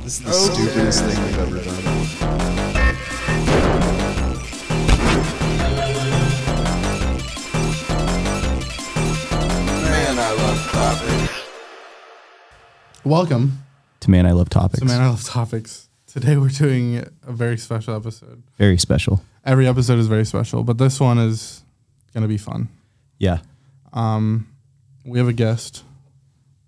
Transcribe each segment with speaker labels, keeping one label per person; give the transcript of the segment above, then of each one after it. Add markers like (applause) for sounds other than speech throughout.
Speaker 1: This is the stupidest thing we've ever done.
Speaker 2: Man, I love topics.
Speaker 3: Welcome
Speaker 4: to Man I Love Topics.
Speaker 3: to Man I Love Topics. Today we're doing a very special episode.
Speaker 4: Very special.
Speaker 3: Every episode is very special, but this one is going to be fun. Um,
Speaker 4: Yeah,
Speaker 3: We have a guest,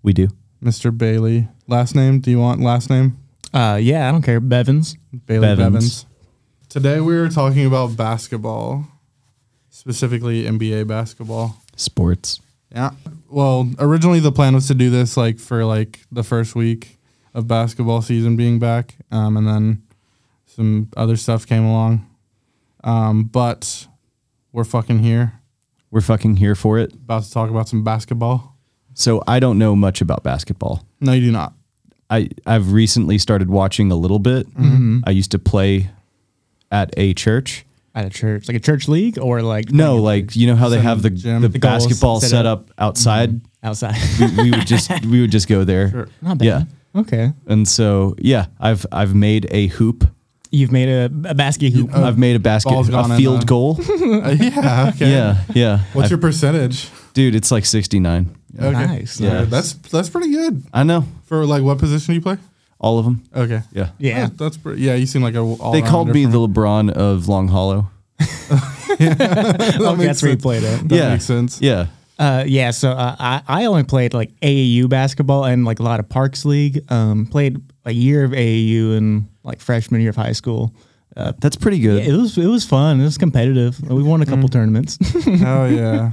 Speaker 4: we do.
Speaker 3: Mr. Bailey. Last name? Do you want last name?
Speaker 5: Uh, yeah, I don't care. Bevins.
Speaker 3: Bailey Bevins.
Speaker 4: Bevins.
Speaker 3: Today we are talking about basketball, specifically NBA basketball.
Speaker 4: Sports.
Speaker 3: Yeah. Well, originally the plan was to do this like for like the first week of basketball season being back, um, and then some other stuff came along. Um, but we're fucking here,
Speaker 4: We're fucking here for it.
Speaker 3: about to talk about some basketball.
Speaker 4: So I don't know much about basketball.
Speaker 3: No, you do not.
Speaker 4: (laughs) I I've recently started watching a little bit.
Speaker 5: Mm-hmm.
Speaker 4: I used to play at a church.
Speaker 5: At a church, like a church league, or like
Speaker 4: No, like you know how they have the
Speaker 3: Gym.
Speaker 4: the,
Speaker 3: The
Speaker 5: goals
Speaker 4: basketball
Speaker 5: set
Speaker 4: set
Speaker 5: up. Mm-hmm.
Speaker 4: up outside.
Speaker 5: outside.
Speaker 4: we, we would just
Speaker 5: (laughs)
Speaker 4: we would just go there.
Speaker 3: Sure.
Speaker 5: Not bad.
Speaker 4: Yeah.
Speaker 5: Okay.
Speaker 4: And so yeah, I've I've made a hoop.
Speaker 5: You've made a, a basket hoop.
Speaker 4: I've made a basket
Speaker 3: ball's gone
Speaker 4: a
Speaker 3: in
Speaker 4: field
Speaker 3: the-
Speaker 5: (laughs)
Speaker 4: goal.
Speaker 3: Uh, yeah. Okay.
Speaker 4: yeah, yeah.
Speaker 3: What's
Speaker 4: I've-
Speaker 3: your percentage?
Speaker 4: dude, it's like 69.
Speaker 3: Okay.
Speaker 5: Nice.
Speaker 4: Yeah.
Speaker 3: That's that's pretty good
Speaker 4: I know.
Speaker 3: for like what position you play.
Speaker 4: All of them.
Speaker 3: Okay.
Speaker 4: Yeah.
Speaker 5: Yeah.
Speaker 3: That's, that's pretty. Yeah, you seem like a. all
Speaker 4: They called
Speaker 3: rounder
Speaker 4: me
Speaker 3: for
Speaker 4: the LeBron of Long Hollow.
Speaker 5: okay, that's where you played it.
Speaker 3: That
Speaker 4: yeah.
Speaker 3: makes sense.
Speaker 4: Yeah.
Speaker 5: Uh, yeah. So uh, I I only played like AAU basketball and like a lot of parks league. Um, played a year of AAU in like freshman year of high school. Uh,
Speaker 4: That's pretty good.
Speaker 5: It was it was fun. It was competitive. We won a couple tournaments.
Speaker 3: Oh
Speaker 4: (laughs)
Speaker 3: yeah.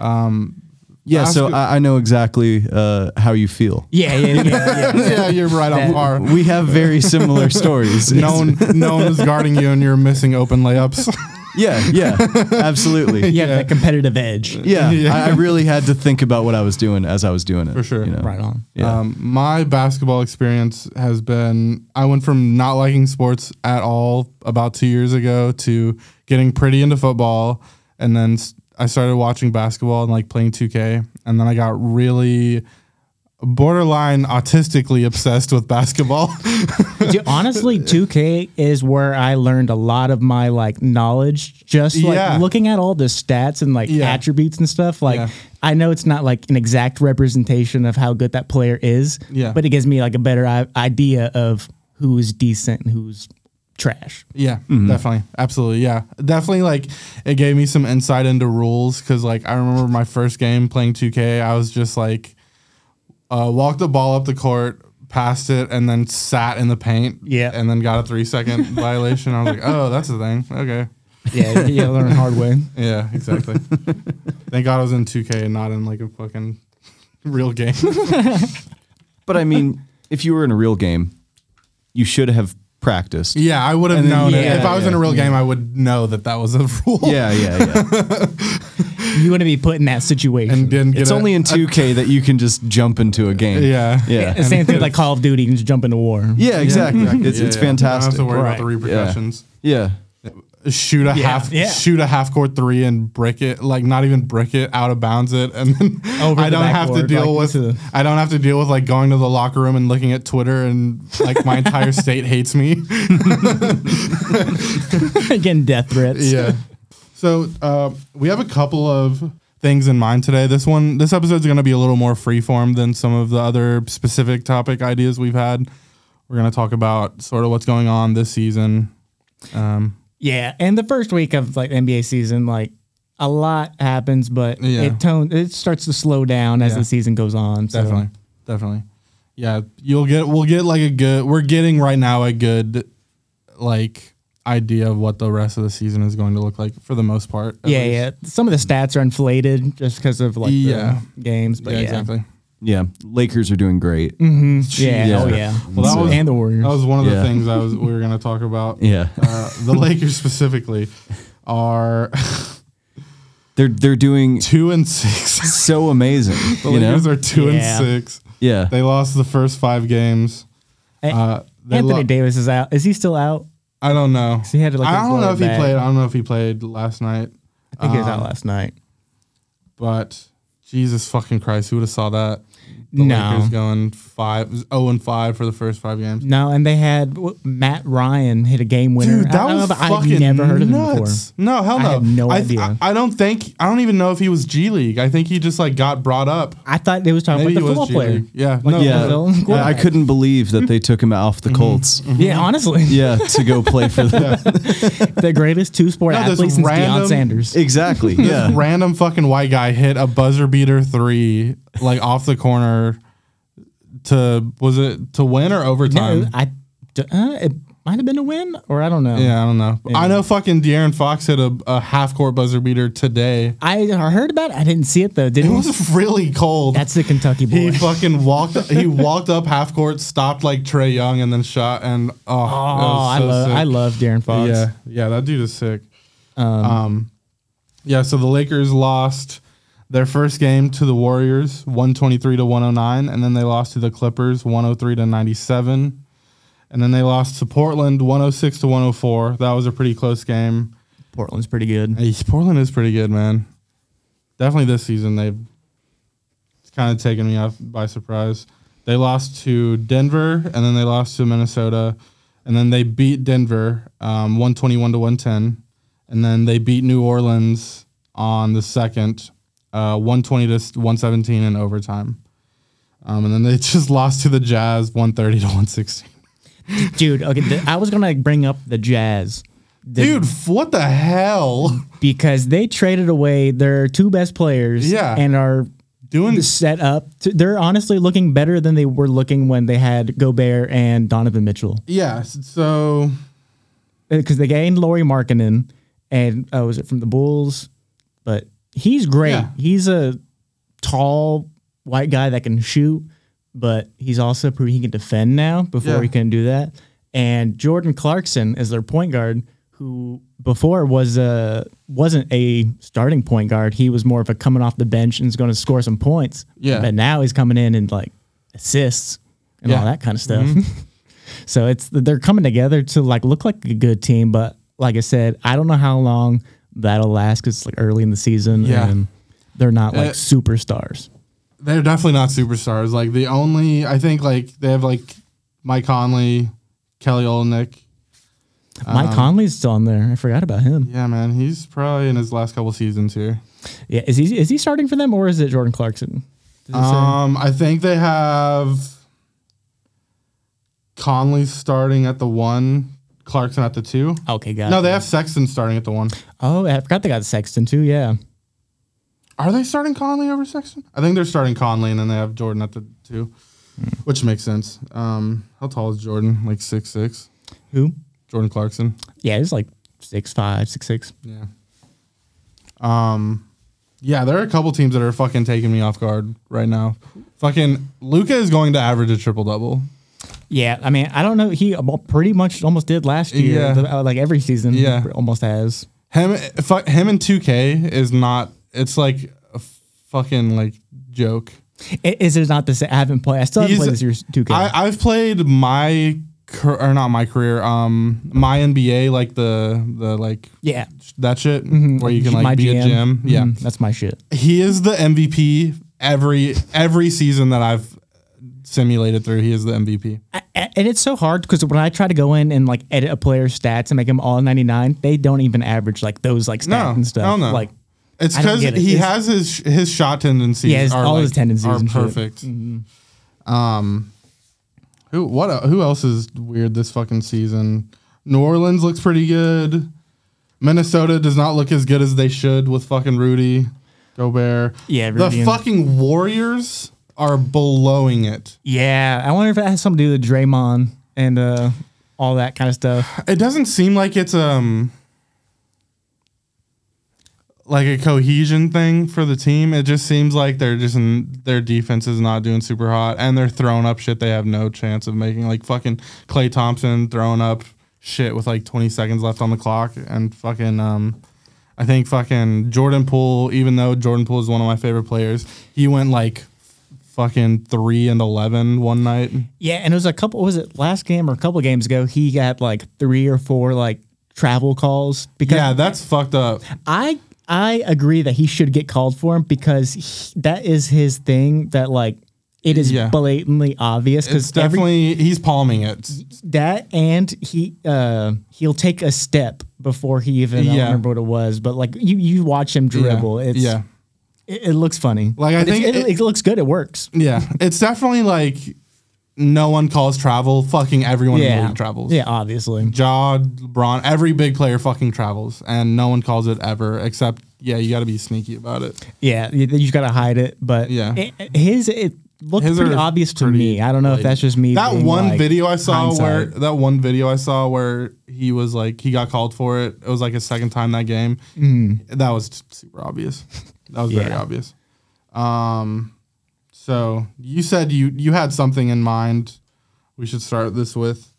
Speaker 4: yeah. So
Speaker 3: Basket-
Speaker 4: I, I know exactly uh, how you feel.
Speaker 5: (laughs) yeah, yeah, yeah, (laughs) yeah.
Speaker 3: yeah, you're right on
Speaker 5: That-
Speaker 3: par.
Speaker 4: We have very
Speaker 5: (laughs)
Speaker 4: similar stories.
Speaker 3: no one no one was guarding you and you're missing open layups.
Speaker 4: Yeah. Yeah.
Speaker 3: (laughs)
Speaker 4: Absolutely.
Speaker 5: You have that competitive edge.
Speaker 4: Yeah.
Speaker 3: Yeah.
Speaker 4: I, I really had to think about what I was doing as I was doing it. For
Speaker 3: sure.
Speaker 5: Right on.
Speaker 4: Yeah.
Speaker 3: um, my basketball experience has been I went from not liking sports at all about two years ago to getting pretty into football, and then s- I started watching basketball and like playing 2K, and then I got really borderline autistically obsessed with basketball. (laughs)
Speaker 5: Dude, honestly, 2K is where I learned a lot of my like knowledge. Just like
Speaker 3: Yeah.
Speaker 5: looking at all the stats and like
Speaker 3: Yeah.
Speaker 5: attributes and stuff. Like
Speaker 3: Yeah.
Speaker 5: I know it's not like an exact representation of how good that player is.
Speaker 3: Yeah.
Speaker 5: But it gives me like a better i- idea of who's decent and who's trash.
Speaker 3: Yeah,
Speaker 4: Mm-hmm.
Speaker 3: definitely. Absolutely. Yeah. Definitely like it gave me some insight into rules cuz like I remember my first game playing 2K, I was just like uh walked the ball up the court, passed it and then sat in the paint
Speaker 5: Yeah.
Speaker 3: and then got a 3 second
Speaker 4: (laughs)
Speaker 3: violation. I was like, "Oh, that's a thing." Okay.
Speaker 5: Yeah, (laughs) you learn the hard way.
Speaker 3: Yeah,
Speaker 4: (laughs)
Speaker 3: exactly. Thank God I was in 2K and not in like a fucking real
Speaker 4: (laughs)
Speaker 3: game.
Speaker 4: But I mean, if you were in a real game, you should have practiced.
Speaker 3: yeah, I would have known it.
Speaker 5: yeah,
Speaker 3: If I was in a
Speaker 4: yeah,
Speaker 3: real game, I would know that that was a (laughs) rule.
Speaker 4: Yeah. Yeah.
Speaker 3: (laughs)
Speaker 4: Yeah.
Speaker 5: You want to be put in that situation.
Speaker 3: And didn't get
Speaker 4: It's
Speaker 3: a-
Speaker 4: only in 2K that you can just jump into a game.
Speaker 3: Yeah.
Speaker 4: Yeah.
Speaker 5: the same thing with, like Call of Duty, you can just jump into war. (laughs)
Speaker 4: Yeah, exactly. It's,
Speaker 3: Yeah,
Speaker 4: it's
Speaker 3: yeah.
Speaker 4: fantastic.
Speaker 3: You don't have to worry about the
Speaker 5: Right.
Speaker 3: repercussions.
Speaker 4: yeah.
Speaker 3: shoot a
Speaker 5: Yeah,
Speaker 3: half
Speaker 5: yeah.
Speaker 3: shoot a half court three and brick it like not even brick it out of bounds it and then
Speaker 5: Over
Speaker 3: I
Speaker 5: the
Speaker 3: don't have to
Speaker 5: backboard,
Speaker 3: deal
Speaker 5: like,
Speaker 3: with
Speaker 5: into the-
Speaker 3: I don't have to deal with like going to the locker room and looking at Twitter and like my
Speaker 5: (laughs)
Speaker 3: entire state hates me.
Speaker 5: Again, death threats.
Speaker 3: Yeah. So uh, we have a couple of things in mind today. This one, this episode's going to be a little more freeform than some of the other specific topic ideas we've had. We're going to talk about sort of what's going on this season. Um,
Speaker 5: Yeah, and the first week of like NBA season, like a lot happens, but
Speaker 3: Yeah.
Speaker 5: it tone it starts to slow down as
Speaker 3: Yeah.
Speaker 5: the season goes on. So.
Speaker 3: Definitely, definitely. Yeah, you'll get. We'll get like a good. We're getting right now a good, like idea of what the rest of the season is going to look like for the most part. at
Speaker 5: Yeah,
Speaker 3: least.
Speaker 5: yeah. Some of the stats are inflated just because of like
Speaker 3: Yeah.
Speaker 5: the games, but
Speaker 3: yeah,
Speaker 5: yeah,
Speaker 3: exactly.
Speaker 4: Yeah. Lakers are doing great.
Speaker 3: Mm.
Speaker 5: yeah,
Speaker 4: Yeah.
Speaker 5: oh yeah.
Speaker 3: Well, that was-
Speaker 5: and the Warriors.
Speaker 3: That was one of the
Speaker 4: Yeah.
Speaker 3: things I was we were going to talk about.
Speaker 4: (laughs) Yeah.
Speaker 3: Uh, the Lakers specifically are (laughs)
Speaker 4: They're they're doing
Speaker 3: two and six.
Speaker 4: so amazing.
Speaker 3: (laughs) The
Speaker 4: you know?
Speaker 3: Lakers are two
Speaker 5: Yeah.
Speaker 3: and six.
Speaker 4: yeah.
Speaker 3: They lost the first five games.
Speaker 5: A-
Speaker 3: Uh, they
Speaker 5: Anthony
Speaker 3: lo-
Speaker 5: Davis is out. Is he still out?
Speaker 3: I don't know.
Speaker 5: he had, like,
Speaker 3: I
Speaker 5: his
Speaker 3: don't know
Speaker 5: lower
Speaker 3: if he
Speaker 5: back.
Speaker 3: played. I don't know if he played last night.
Speaker 5: I
Speaker 3: Um,
Speaker 5: think he was out last night.
Speaker 3: but Jesus fucking Christ, who would have saw that? the
Speaker 5: No.
Speaker 3: Lakers going five zero and five for the first five games.
Speaker 5: No, and they had w- Matt Ryan hit a game winner.
Speaker 3: Dude,
Speaker 5: I
Speaker 3: that
Speaker 5: don't know,
Speaker 3: was
Speaker 5: but
Speaker 3: fucking
Speaker 5: I've never heard of him before.
Speaker 3: nuts. No, hell
Speaker 5: I
Speaker 3: no.
Speaker 5: had no
Speaker 3: I
Speaker 5: idea.
Speaker 3: I, I don't think. I don't even know if he was G League. I think he just like got brought up.
Speaker 5: I thought they was talking
Speaker 3: Maybe
Speaker 5: about the
Speaker 3: he was
Speaker 5: football
Speaker 3: G
Speaker 5: player.
Speaker 3: League. Yeah.
Speaker 5: Like,
Speaker 3: No,
Speaker 5: yeah.
Speaker 3: no.
Speaker 4: Yeah, I, I couldn't believe that they took him off
Speaker 3: Mm-hmm.
Speaker 4: the Colts.
Speaker 3: (laughs)
Speaker 5: Yeah, honestly,
Speaker 4: Yeah, to go play for them.
Speaker 5: (laughs) the greatest two sport
Speaker 3: No, this
Speaker 5: athlete since
Speaker 3: random-
Speaker 5: Deion Sanders.
Speaker 4: Exactly.
Speaker 5: (laughs)
Speaker 4: Yeah.
Speaker 3: Random fucking white guy hit a buzzer beater three like off the corner to was it to win or overtime?
Speaker 5: No, I d- uh, it might have been a win, or I don't know.
Speaker 3: Yeah, I don't know. I know fucking De'Aaron Fox hit a, a half court buzzer beater today.
Speaker 5: I heard about it. I didn't see it though.
Speaker 3: It (laughs)
Speaker 5: Didn't
Speaker 3: was really cold.
Speaker 5: that's the Kentucky boy?
Speaker 3: he
Speaker 5: (laughs)
Speaker 3: fucking walked. he walked up half court, stopped like Trey Young, and then shot. And oh, oh
Speaker 5: oh, I love I love Darren Fox.
Speaker 3: Yeah, yeah, that dude is sick. Um, yeah. So the Lakers lost their first game to the Warriors, one twenty three to one hundred nine, and then they lost to the Clippers, one hundred three to ninety seven, and then they lost to Portland, one hundred six to one hundred four. That was a pretty close game.
Speaker 5: Portland's pretty good.
Speaker 3: Hey, Portland is pretty good, man. Definitely this season they've it's kind of taken me off by surprise. They lost to Denver and then they lost to Minnesota, and then they beat Denver um, one twenty one to one ten, and then they beat New Orleans on the second uh, one twenty to one seventeen in overtime, um, and then they (laughs) just lost to the Jazz one thirty to one sixteen.
Speaker 5: Dude, okay, th- I was gonna bring up the Jazz. The-
Speaker 3: Dude, f- what the hell?
Speaker 5: because they traded away their two best players
Speaker 3: Yeah.
Speaker 5: and are
Speaker 3: Doing-
Speaker 5: set up to, they're honestly looking better than they were looking when they had Gobert and Donovan Mitchell
Speaker 3: Yeah, s- so
Speaker 5: because they gained Laurie Markkinen and oh was it from the Bulls but he's great
Speaker 3: Yeah.
Speaker 5: he's a tall white guy that can shoot but he's also proved he can defend now before
Speaker 3: Yeah.
Speaker 5: he couldn't do that and Jordan Clarkson is their point guard who before was a wasn't a starting point guard he was more of a coming off the bench and is going to score some points
Speaker 3: Yeah.
Speaker 5: but now he's coming in and like assists and
Speaker 3: Yeah. Mm-hmm.
Speaker 5: all that kind of stuff So it's they're coming together to like look like a good team, but like I said, I don't know how long that'll last because it's like early in the season
Speaker 3: Yeah.
Speaker 5: and they're not like
Speaker 3: Uh,
Speaker 5: superstars.
Speaker 3: they're definitely not superstars. Like the only I think like they have like Mike Conley, Kelly Olynyk. um,
Speaker 5: Mike Conley's still on there. I forgot about him.
Speaker 3: Yeah, man, he's probably in his last couple seasons here.
Speaker 5: Yeah, is he is he starting for them or is it Jordan Clarkson? Does it say?
Speaker 3: Um, I think they have Conley starting at the one, Clarkson at the two.
Speaker 5: okay, got
Speaker 3: No,
Speaker 5: it.
Speaker 3: they have Sexton starting at the one.
Speaker 5: Oh, I forgot they got Sexton too. Yeah,
Speaker 3: Are they starting Conley over Sexton? I think they're starting Conley and then they have Jordan at the two, which makes sense. Um, how tall is Jordan? Like six six.
Speaker 5: who?
Speaker 3: Jordan Clarkson.
Speaker 5: Yeah, he's like six five, six six.
Speaker 3: Yeah. Um, yeah, there are a couple teams that are fucking taking me off guard right now. Fucking Luca is going to average a triple double.
Speaker 5: Yeah, I mean, I don't know. He ab- pretty much almost did last year.
Speaker 3: Yeah.
Speaker 5: The- uh, like every season. he
Speaker 3: Yeah.
Speaker 5: pr- almost has.
Speaker 3: Him, fuck, him and 2K is not. It's like a fucking like joke.
Speaker 5: I- Is it not the same? I haven't played. I still haven't
Speaker 3: He's-
Speaker 5: played this year's two K.
Speaker 3: I, I've played my car- or not my career. Um, my NBA like the the like
Speaker 5: Yeah.
Speaker 3: that shit where you can
Speaker 5: Mm-hmm. My
Speaker 3: like be a
Speaker 5: GM.
Speaker 3: gym. Mm-hmm. Yeah,
Speaker 5: Mm, that's my shit.
Speaker 3: he is the MVP every every season that I've simulated through. He is the MVP.
Speaker 5: A- a- And it's so hard because when I try to go in and like edit a player's stats and make them all 99, they don't even average like those like stats
Speaker 3: No,
Speaker 5: and stuff.
Speaker 3: hell no.
Speaker 5: Like,
Speaker 3: It's
Speaker 5: I don't
Speaker 3: because
Speaker 5: get it.
Speaker 3: he
Speaker 5: It's-
Speaker 3: has his his shot tendencies.
Speaker 5: Yeah, his-
Speaker 3: are
Speaker 5: all
Speaker 3: like-
Speaker 5: his tendencies
Speaker 3: are
Speaker 5: and shit. Mm-hmm.
Speaker 3: perfect. Um, who what el- who else is weird this fucking season? New Orleans looks pretty good. Minnesota does not look as good as they should with fucking Rudy Gobert.
Speaker 5: Yeah, Rudy
Speaker 3: the
Speaker 5: and-
Speaker 3: fucking Warriors are blowing it.
Speaker 5: yeah, I wonder if that has something to do with Draymond and uh, all that kind of stuff.
Speaker 3: It doesn't seem like it's um like a cohesion thing for the team. It just seems like they're just in, their defense is not doing super hot and they're throwing up shit they have no chance of making. Like fucking Clay Thompson throwing up shit with like 20 seconds left on the clock and fucking um I think fucking Jordan Poole, even though Jordan Poole is one of my favorite players, he went like fucking 3 and 11 one night.
Speaker 5: Yeah, and it was a couple, was it last game or a couple games ago? He got like three or four like travel calls because
Speaker 3: Yeah, that's fucked up.
Speaker 5: I I agree that he should get called for him because he, that is his thing. That like It is
Speaker 3: Yeah.
Speaker 5: blatantly obvious because
Speaker 3: It's
Speaker 5: every
Speaker 3: definitely he's palming it.
Speaker 5: that and he uh he'll take a step before he even I don't
Speaker 3: Yeah.
Speaker 5: remember what it was, but like you you watch him dribble.
Speaker 3: Yeah.
Speaker 5: It's
Speaker 3: yeah.
Speaker 5: it, it looks funny.
Speaker 3: Like, I
Speaker 5: But it's-
Speaker 3: think
Speaker 5: it, it looks good. It works.
Speaker 3: Yeah, it's definitely like no one calls travel. Fucking everyone in the
Speaker 5: Yeah,
Speaker 3: league travels.
Speaker 5: Yeah, obviously.
Speaker 3: Ja, LeBron, every big player fucking travels, and no one calls it ever. Except, yeah, you got to be sneaky about it.
Speaker 5: Yeah, you, you gotta hide it. But
Speaker 3: Yeah.
Speaker 5: it- it- his it looked
Speaker 3: His
Speaker 5: pretty
Speaker 3: are
Speaker 5: obvious to
Speaker 3: pretty
Speaker 5: me. I don't know if that's just me.
Speaker 3: That
Speaker 5: being,
Speaker 3: one
Speaker 5: like,
Speaker 3: video I saw
Speaker 5: hindsight.
Speaker 3: where that one video I saw where he was like he got called for it. It was like his second time that game. That was t- super obvious. That was very
Speaker 5: Hmm. Yeah.
Speaker 3: obvious. Um, so you said you you had something in mind. We should start this with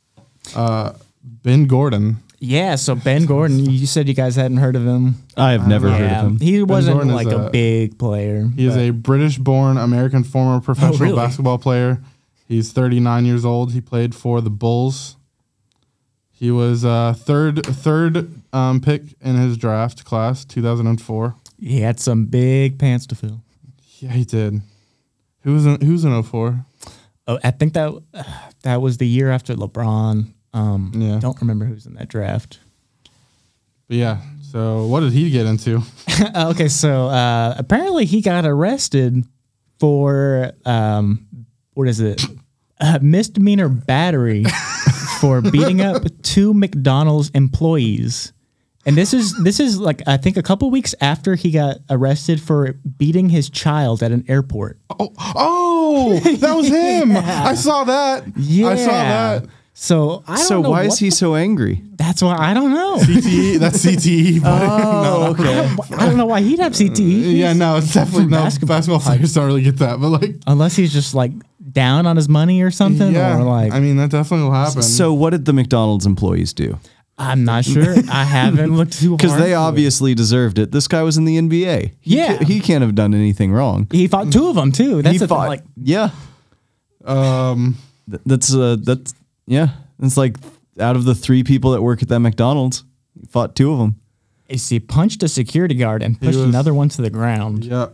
Speaker 3: uh, Ben Gordon.
Speaker 5: Yeah, so Ben Gordon, you said you guys hadn't heard of him.
Speaker 4: I have never heard
Speaker 5: Um, Yeah,
Speaker 4: of him.
Speaker 5: he wasn't
Speaker 3: Gordon is
Speaker 5: like a,
Speaker 3: a-
Speaker 5: big player.
Speaker 3: He is a British born American former professional
Speaker 5: Oh, really?
Speaker 3: basketball player. He's 39 years old. He played for the Bulls. He was uh, third third um, pick in his draft class, 2004.
Speaker 5: He had some big pants to fill.
Speaker 3: Yeah, he did. Who was in, who's in 04?
Speaker 5: Oh, I think that that was the year after LeBron. Um,
Speaker 3: Yeah.
Speaker 5: Don't remember who's in that draft. (laughs)
Speaker 3: But yeah, so what did he get into?
Speaker 5: okay, so uh, apparently he got arrested for um, what is it? Uh, misdemeanor battery for beating up two McDonald's employees. And this is this is like I think a couple weeks after he got arrested for beating his child at an airport.
Speaker 3: Oh, oh that was
Speaker 5: (laughs)
Speaker 3: him. I saw that. I saw that.
Speaker 5: So I don't
Speaker 4: So
Speaker 5: know
Speaker 4: why
Speaker 5: what
Speaker 4: is he
Speaker 5: the-
Speaker 4: so angry?
Speaker 5: That's why I don't know.
Speaker 3: CTE, E, that's CTE. But
Speaker 5: (laughs) Oh, okay. Mm, I don't know why he'd have CTE.
Speaker 3: yeah, no, it's definitely no
Speaker 5: Basketball.
Speaker 3: basketball players don't really get that, but like
Speaker 5: Unless he's just like down on his money or something, or like
Speaker 3: I mean, that definitely will happen.
Speaker 4: So what did the McDonald's employees do?
Speaker 5: I'm not sure. I haven't looked
Speaker 4: (laughs)
Speaker 5: too hard.
Speaker 4: Because they
Speaker 5: into it.
Speaker 4: obviously deserved it. This guy was in the NBA. He
Speaker 5: Yeah.
Speaker 4: ca- he can't have done anything wrong.
Speaker 5: he fought two of them too. That's
Speaker 4: he
Speaker 5: the thing,
Speaker 4: fought.
Speaker 5: like
Speaker 4: yeah,
Speaker 3: um,
Speaker 4: Th- that's uh, that's yeah. It's like out of the three people that work at that McDonald's, he fought two of them.
Speaker 5: is he punched a security guard and pushed
Speaker 3: was-
Speaker 5: another one to the ground
Speaker 3: yeah,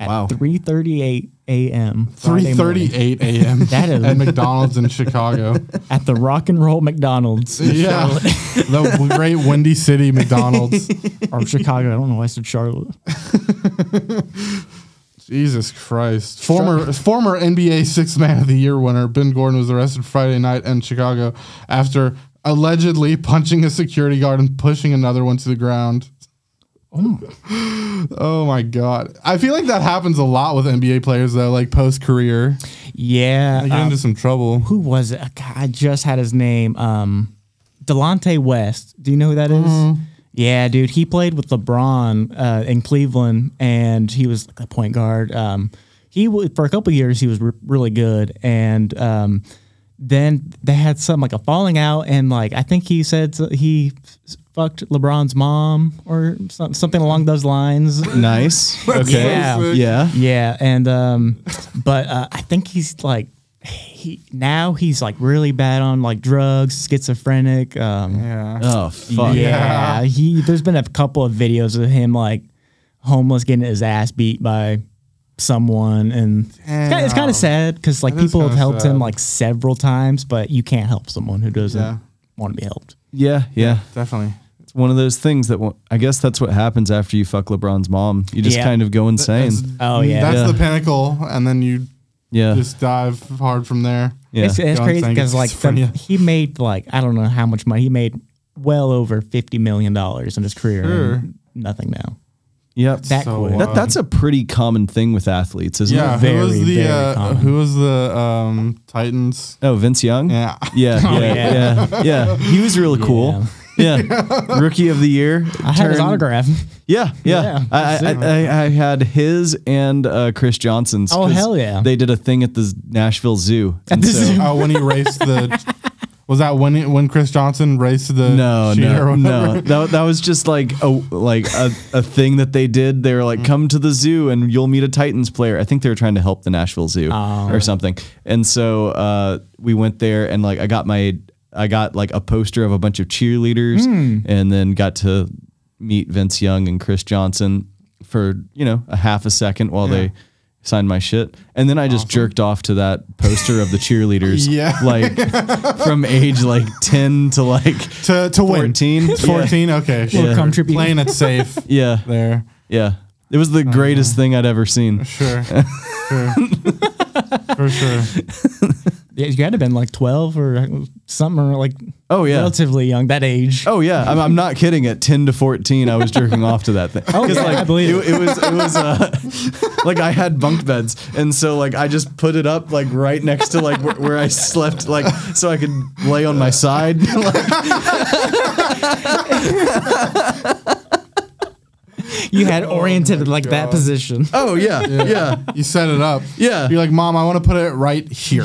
Speaker 5: at
Speaker 4: Wow.
Speaker 5: 3:38 a.m.
Speaker 3: three
Speaker 5: Friday morning
Speaker 3: thirty-eight a.m.
Speaker 5: (laughs) That is-
Speaker 3: at McDonald's in
Speaker 5: (laughs)
Speaker 3: Chicago.
Speaker 5: at the Rock and Roll McDonald's
Speaker 3: yeah, the great Windy City
Speaker 5: (laughs)
Speaker 3: McDonald's.
Speaker 5: or Chicago. I don't know. why I said Charlotte.
Speaker 3: Jesus Christ! Former former NBA Sixth Man of the Year winner Ben Gordon was arrested Friday night in Chicago after allegedly punching a security guard and pushing another one to the ground. (gasps) oh my God! I feel like that happens a lot with NBA players though, like post career,
Speaker 5: Yeah.
Speaker 3: they get
Speaker 5: um,
Speaker 3: into some trouble.
Speaker 5: who was it? God, I just had his name. Um, Delonte West. Do you know who that is? Yeah, dude. He played with LeBron uh, in Cleveland, and he was like a point guard. Um, he wa- for a couple of years he was re- really good, and um, then they had some like a falling out, and like I think he said s- he f- fucked LeBron's mom or some- something along those lines.
Speaker 4: (laughs) Nice.
Speaker 5: Okay. Yeah.
Speaker 3: So sick.
Speaker 4: yeah.
Speaker 5: Yeah, and um, but uh, I think he's like he now he's like really bad on like drugs, schizophrenic. Um, yeah,
Speaker 4: Oh fuck.
Speaker 3: Yeah.
Speaker 5: he. There's been a couple of videos of him like homeless getting his ass beat by someone, and it's kind of, it's kind
Speaker 3: Damn.
Speaker 5: of sad because like
Speaker 3: That is
Speaker 5: people have
Speaker 3: kinda
Speaker 5: helped
Speaker 3: sad.
Speaker 5: him like several times, but you can't help someone who doesn't
Speaker 3: Yeah.
Speaker 5: want to be helped.
Speaker 4: Yeah. Yeah.
Speaker 3: Definitely.
Speaker 4: It's one of those things that wa- I guess that's what happens after you fuck LeBron's mom. You just
Speaker 5: Yeah.
Speaker 4: kind of go insane.
Speaker 3: That's-
Speaker 5: Oh, yeah.
Speaker 3: Mm, that's
Speaker 4: Yeah.
Speaker 3: the pinnacle, and then you
Speaker 4: yeah.
Speaker 3: just dive hard from there.
Speaker 4: yeah.
Speaker 5: It's, it's
Speaker 3: John
Speaker 5: crazy
Speaker 3: Sank-
Speaker 5: because like the-
Speaker 3: schizophrenia.
Speaker 5: he made like I don't know how much money he made, well over fifty million dollars in his career. and
Speaker 3: Sure.
Speaker 5: Nothing now.
Speaker 4: yep.
Speaker 5: That
Speaker 3: So
Speaker 5: quick.
Speaker 3: wild.
Speaker 4: That, that's a pretty common thing with athletes, isn't
Speaker 3: Yeah,
Speaker 4: it?
Speaker 3: who was
Speaker 5: very,
Speaker 3: the
Speaker 5: very
Speaker 3: uh,
Speaker 5: common.
Speaker 3: who was the um, Titans?
Speaker 4: Oh, Vince Young?
Speaker 3: Yeah,
Speaker 5: (laughs)
Speaker 4: Yeah, yeah, yeah,
Speaker 5: Oh, yeah.
Speaker 4: yeah, He was really
Speaker 5: (laughs)
Speaker 4: cool. Yeah. Rookie of the year.
Speaker 5: I had his
Speaker 4: Turned-
Speaker 5: autograph. (laughs)
Speaker 4: Yeah, yeah.
Speaker 5: Yeah.
Speaker 4: I, I, I, I had his and uh, Chris Johnson's.
Speaker 5: Oh,
Speaker 4: 'cause
Speaker 5: hell yeah.
Speaker 4: They did a thing at the Nashville Zoo.
Speaker 5: At
Speaker 4: and
Speaker 5: the
Speaker 4: (laughs) so-
Speaker 5: zoo.
Speaker 3: (laughs) oh, when he raced the. Was that when it, when Chris Johnson raced the
Speaker 4: No,
Speaker 3: sheet or
Speaker 4: no,
Speaker 3: whatever?
Speaker 4: no. That, that was just like a like a, a thing that they did. They were like,
Speaker 3: Mm.
Speaker 4: "Come to the zoo and you'll meet a Titans player." I think they were trying to help the Nashville Zoo
Speaker 3: Oh.
Speaker 4: or something. And so uh, we went there, and like I got my I got like a poster of a bunch of cheerleaders,
Speaker 3: Hmm.
Speaker 4: and then got to meet Vince Young and Chris Johnson for you know a half a second while they signed my shit, and then I just jerked off to that poster of the
Speaker 3: (laughs)
Speaker 4: cheerleaders,
Speaker 3: Yeah.
Speaker 4: like from age like ten to like
Speaker 3: To, to win. (laughs)
Speaker 4: fourteen. Yeah.
Speaker 3: 14? Okay. Sure.
Speaker 5: Little country people.
Speaker 3: Playing it safe
Speaker 4: (laughs) yeah,
Speaker 3: there.
Speaker 4: yeah. It was
Speaker 3: Oh,
Speaker 4: the greatest thing I'd ever seen.
Speaker 3: Sure. sure.
Speaker 4: (laughs)
Speaker 3: For sure.
Speaker 5: Yeah, you had to have been like 12 or something, or like
Speaker 4: Oh yeah.
Speaker 5: relatively young, that age.
Speaker 4: Oh yeah, I'm, I'm not kidding. At 10 to 14, I was jerking off to
Speaker 3: (laughs)
Speaker 4: that thing.
Speaker 5: Oh,
Speaker 4: 'Cause,
Speaker 5: yeah,
Speaker 4: like,
Speaker 5: I believe
Speaker 4: it, it was it was uh, (laughs) like I had bunk beds, and so like I just put it up like right next to like where, where I slept, like so I could lay on my side. (laughs) like,
Speaker 5: You had oriented like that position.
Speaker 4: oh yeah, yeah, yeah,
Speaker 3: You set it up.
Speaker 4: Yeah.
Speaker 3: You're like, Mom, I want to put it right
Speaker 4: (laughs)
Speaker 3: here.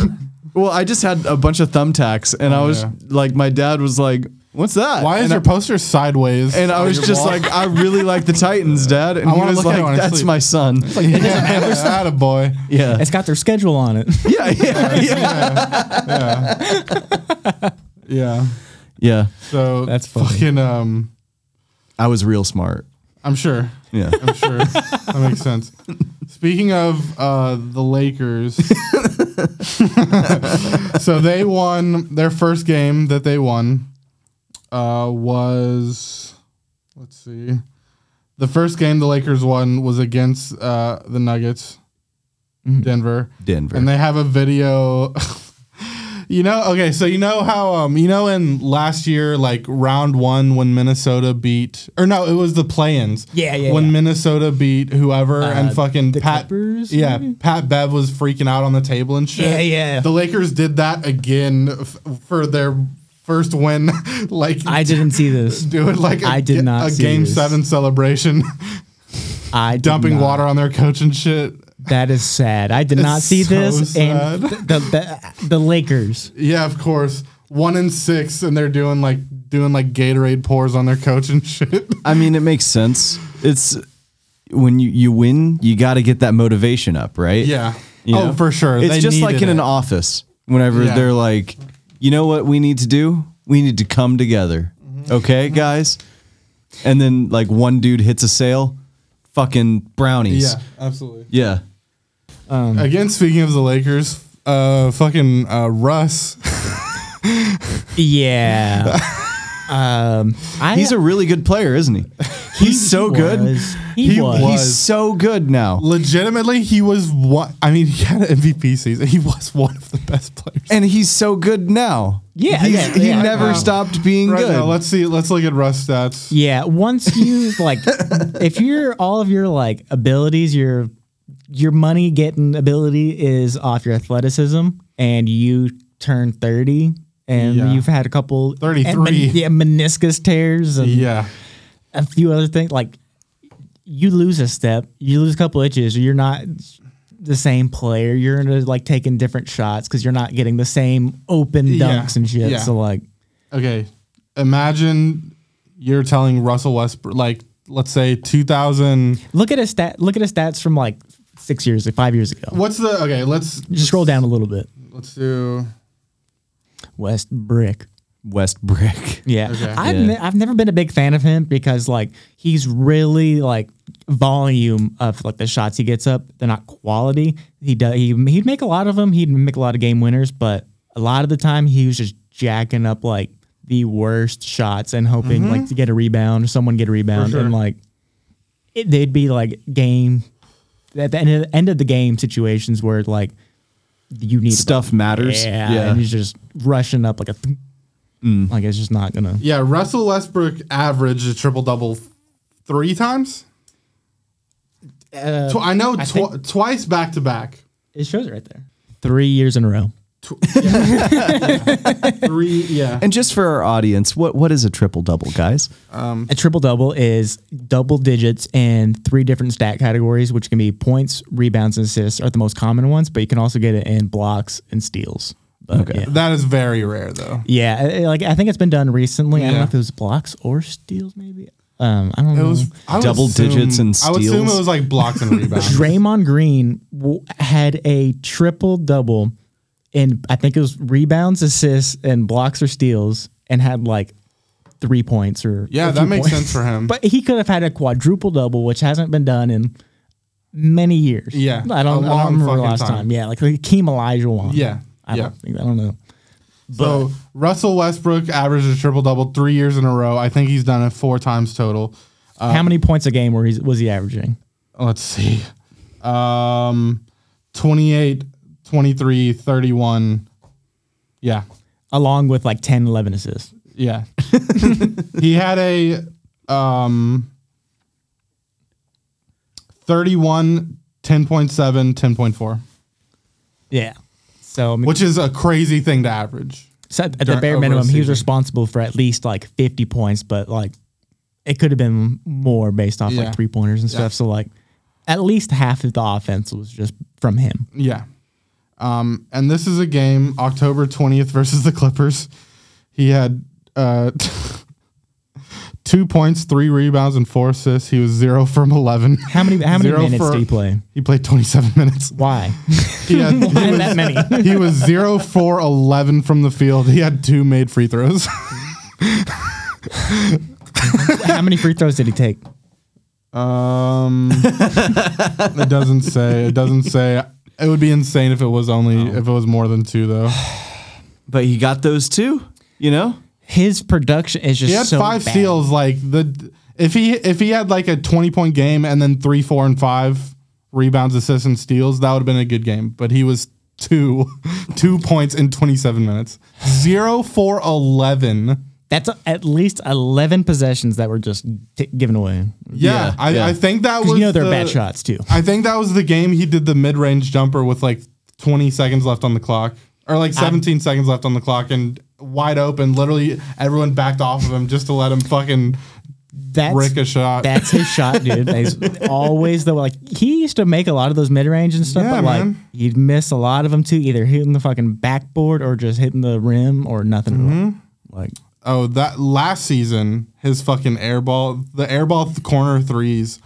Speaker 4: Well, I just had a bunch of thumbtacks, and I was
Speaker 3: Oh, yeah.
Speaker 4: like, my dad was like, "What's that?"
Speaker 3: Why is
Speaker 4: and
Speaker 3: your poster sideways?
Speaker 4: I, and I
Speaker 3: on
Speaker 4: was
Speaker 3: your
Speaker 4: just
Speaker 3: wall?
Speaker 4: like, I really like
Speaker 3: (laughs)
Speaker 4: the Titans, Dad. And
Speaker 3: I
Speaker 4: he
Speaker 3: wanna
Speaker 4: was
Speaker 3: look at it when
Speaker 4: like,
Speaker 3: I
Speaker 4: that's
Speaker 3: sleep.
Speaker 4: my son.
Speaker 3: yeah, atta boy.
Speaker 4: Yeah.
Speaker 5: It's got their schedule on it.
Speaker 4: Yeah. Yeah. Yeah.
Speaker 3: Yeah.
Speaker 4: yeah.
Speaker 3: So
Speaker 5: That's funny.
Speaker 3: fucking. Um,
Speaker 4: I was real smart.
Speaker 3: I'm sure.
Speaker 4: Yeah.
Speaker 3: I'm sure that makes sense. Speaking of uh, the Lakers, (laughs) so they won their first game that they won uh, was let's see, the first game the Lakers won was against uh, the Nuggets,
Speaker 5: Mm-hmm.
Speaker 3: Denver,
Speaker 4: Denver.
Speaker 3: and they have a video. (laughs) You know, okay, so you know how um you know in last year like round 1 when Minnesota beat or no, it was the play-ins.
Speaker 5: Yeah, yeah,
Speaker 3: When
Speaker 5: yeah.
Speaker 3: Minnesota beat whoever and fucking
Speaker 5: the
Speaker 3: Pat
Speaker 5: Clippers,
Speaker 3: Yeah,
Speaker 5: maybe?
Speaker 3: Pat Bev was freaking out on the table and shit.
Speaker 5: Yeah, yeah.
Speaker 3: The Lakers did that again f- for their first win (laughs) like
Speaker 5: I didn't see
Speaker 3: (laughs)
Speaker 5: this.
Speaker 3: do it like a
Speaker 5: I did
Speaker 3: ga-
Speaker 5: not
Speaker 3: a
Speaker 5: see
Speaker 3: game
Speaker 5: this.
Speaker 3: 7 celebration (laughs)
Speaker 5: I did
Speaker 3: dumping
Speaker 5: not.
Speaker 3: water on their coach and shit.
Speaker 5: That is sad. I did not see
Speaker 3: so
Speaker 5: this.
Speaker 3: sad.
Speaker 5: And th- the, the the Lakers.
Speaker 3: Yeah, of course. 1 in 6 and they're doing like doing like Gatorade pours on their coach and (laughs) shit.
Speaker 4: I mean, it makes sense. It's when you, you win, you got to get that motivation up, right?
Speaker 3: Yeah.
Speaker 4: You
Speaker 3: oh,
Speaker 4: know?
Speaker 3: for sure.
Speaker 4: It's
Speaker 3: They
Speaker 4: just like
Speaker 3: needed
Speaker 4: in an
Speaker 3: it.
Speaker 4: office, whenever
Speaker 3: Yeah.
Speaker 4: they're like, you know what we need to do? We need to come together. Okay, guys? And then, like, one dude hits a sale, fucking brownies.
Speaker 3: Yeah, absolutely.
Speaker 4: Yeah.
Speaker 3: Again, speaking of the Lakers, uh, fucking uh, Russ.
Speaker 5: Yeah. um, I,
Speaker 4: He's a really good player, isn't (laughs) he?
Speaker 5: he-
Speaker 4: He's so
Speaker 5: he
Speaker 4: good.
Speaker 5: was. He, was.
Speaker 4: He's so good now.
Speaker 3: Legitimately, he was one. I mean, (laughs) he had an MVP season. He was one of the best players.
Speaker 4: And he's so good now.
Speaker 5: Yeah,
Speaker 4: He's-
Speaker 5: yeah,
Speaker 4: he
Speaker 5: yeah.
Speaker 4: never
Speaker 3: Wow.
Speaker 4: stopped being
Speaker 3: right
Speaker 4: good.
Speaker 3: now, let's see. Let's look at Russ stats.
Speaker 5: Yeah, once you
Speaker 3: (laughs)
Speaker 5: like, if you're all of your like abilities, your your money getting ability is off your athleticism, and you turn thirty, and
Speaker 3: Yeah.
Speaker 5: you've had a couple
Speaker 3: 33.
Speaker 5: and men- yeah, meniscus tears, and
Speaker 3: Yeah,
Speaker 5: a few other things. Like, you lose a step, you lose a couple inches, you're not the same player. You're into like taking different shots because you're not getting the same open dunks
Speaker 3: Yeah,
Speaker 5: and shit.
Speaker 3: yeah.
Speaker 5: So like,
Speaker 3: Okay. Imagine you're telling Russell Westbrook, like, let's say 2000.
Speaker 5: look at his stat. Look at his stats from like six years, like five years ago.
Speaker 3: What's the. Okay, let's.
Speaker 5: Just scroll down a little bit.
Speaker 3: Let's do.
Speaker 5: West Brick.
Speaker 3: (laughs)
Speaker 4: West Brick.
Speaker 5: Yeah. I've,
Speaker 4: Yeah.
Speaker 5: Ne- I've never been a big fan of him because like he's really like volume of like the shots he gets up. They're not quality. He does he, he'd make a lot of them. He'd make a lot of game winners, but a lot of the time he was just jacking up like the worst shots and hoping like to get a rebound or someone get a rebound
Speaker 3: sure.
Speaker 5: and like it, they'd be like game at the end of, end of the game situations where like you need to
Speaker 4: Stuff matters.
Speaker 5: yeah, and he's just rushing up like a, thunk.
Speaker 3: Mm.
Speaker 5: like it's just not gonna.
Speaker 3: Yeah, Russell Westbrook averaged a triple double three times. Tw- I know tw-
Speaker 5: think-
Speaker 3: twice back to back.
Speaker 5: It shows it right there. Three years in a row.
Speaker 3: Three, yeah.
Speaker 4: And just for our audience, what what is a triple double, guys?
Speaker 3: Um,
Speaker 5: A triple double is double digits in three different stat categories, which can be points, rebounds, and assists are the most common ones, but you can also get it in blocks and steals. But
Speaker 4: Okay.
Speaker 5: Yeah.
Speaker 3: That is very rare, though.
Speaker 5: Yeah, it- it- like I think it's been done recently. I don't
Speaker 3: Yeah.
Speaker 5: know if it was blocks or steals, maybe. Um, I don't
Speaker 3: It
Speaker 5: know.
Speaker 3: was I would
Speaker 4: Double digits and
Speaker 3: I would assume it
Speaker 4: steals?
Speaker 3: was like blocks and
Speaker 4: (laughs)
Speaker 3: rebounds.
Speaker 5: Draymond Green w- had a triple double in I think it was rebounds, assists, and blocks or steals, and had like three points or
Speaker 3: Yeah,
Speaker 5: a
Speaker 3: that
Speaker 5: few
Speaker 3: makes
Speaker 5: (laughs) points.
Speaker 3: sense for him.
Speaker 5: But he could have had a quadruple double, which hasn't been done in many years.
Speaker 3: Yeah,
Speaker 5: I
Speaker 3: a
Speaker 5: don't,
Speaker 3: long
Speaker 5: I don't remember
Speaker 3: fucking
Speaker 5: last
Speaker 3: time.
Speaker 5: time. Yeah, like the Keem Elijah one.
Speaker 3: Yeah,
Speaker 5: I
Speaker 3: yeah.
Speaker 5: don't think I don't know.
Speaker 3: So Russell Westbrook averaged a triple double three years in a row. I think he's done it four times total. Uh,
Speaker 5: How many points a game were he was he averaging?
Speaker 3: Let's see. Um 28, 23, 31. Yeah.
Speaker 5: Along with like 10, 11 assists.
Speaker 3: (laughs) Yeah. he had a um 31 10.7 10.4,
Speaker 5: Yeah. So I mean,
Speaker 3: which is a crazy thing to average.
Speaker 5: so at the
Speaker 3: during-
Speaker 5: bare
Speaker 3: over a
Speaker 5: minimum, he was
Speaker 3: season.
Speaker 5: responsible for at least like fifty points, but like it could have been more based off
Speaker 3: Yeah.
Speaker 5: like three pointers and stuff. So like at least half of the offense was just from him.
Speaker 3: Yeah. Um, and this is a game October 20th versus the Clippers. He had uh, (laughs) two points, three rebounds, and four assists. He was zero from 11.
Speaker 5: How many how many
Speaker 3: Zero
Speaker 5: minutes
Speaker 3: for-
Speaker 5: did he play?
Speaker 3: He played 27 minutes.
Speaker 5: (laughs) Why?
Speaker 3: He, had, (laughs)
Speaker 5: Why that (laughs) many?
Speaker 3: he was zero for 11 from the field. He had two made free throws.
Speaker 5: How many free throws did he take?
Speaker 3: um, (laughs) it doesn't say. It doesn't say. It would be insane if it was only if it was more than two though.
Speaker 4: But he got those two, you know?
Speaker 5: His production is just
Speaker 3: He had
Speaker 5: so
Speaker 3: five
Speaker 5: bad.
Speaker 3: steals. Like the if he if he had like a twenty point game and then three, four, and five rebounds, assists, and steals, that would have been a good game. But he was two, (laughs) two points in twenty seven minutes. Zero for eleven.
Speaker 5: That's a, at least eleven possessions that were just t- given away.
Speaker 3: Yeah,
Speaker 4: Yeah,
Speaker 3: I,
Speaker 4: yeah.
Speaker 3: I think that was
Speaker 5: Because you know they're
Speaker 3: the-
Speaker 5: bad shots too.
Speaker 3: I think that was the game he did the mid range jumper with like twenty seconds left on the clock, or like seventeen seconds left on the clock, and wide open. Literally, everyone backed off of him just to let him fucking
Speaker 5: That's
Speaker 3: brick a shot.
Speaker 5: That's his shot,
Speaker 3: (laughs)
Speaker 5: dude. He's always the like he used to make a lot of those mid range and stuff,
Speaker 3: Yeah,
Speaker 5: but like
Speaker 3: man.
Speaker 5: you'd miss a lot of them too, either hitting the fucking backboard or just hitting the rim or nothing.
Speaker 3: Mm-hmm.
Speaker 5: Like
Speaker 3: Oh, that last season, his fucking airball, the airball th- corner threes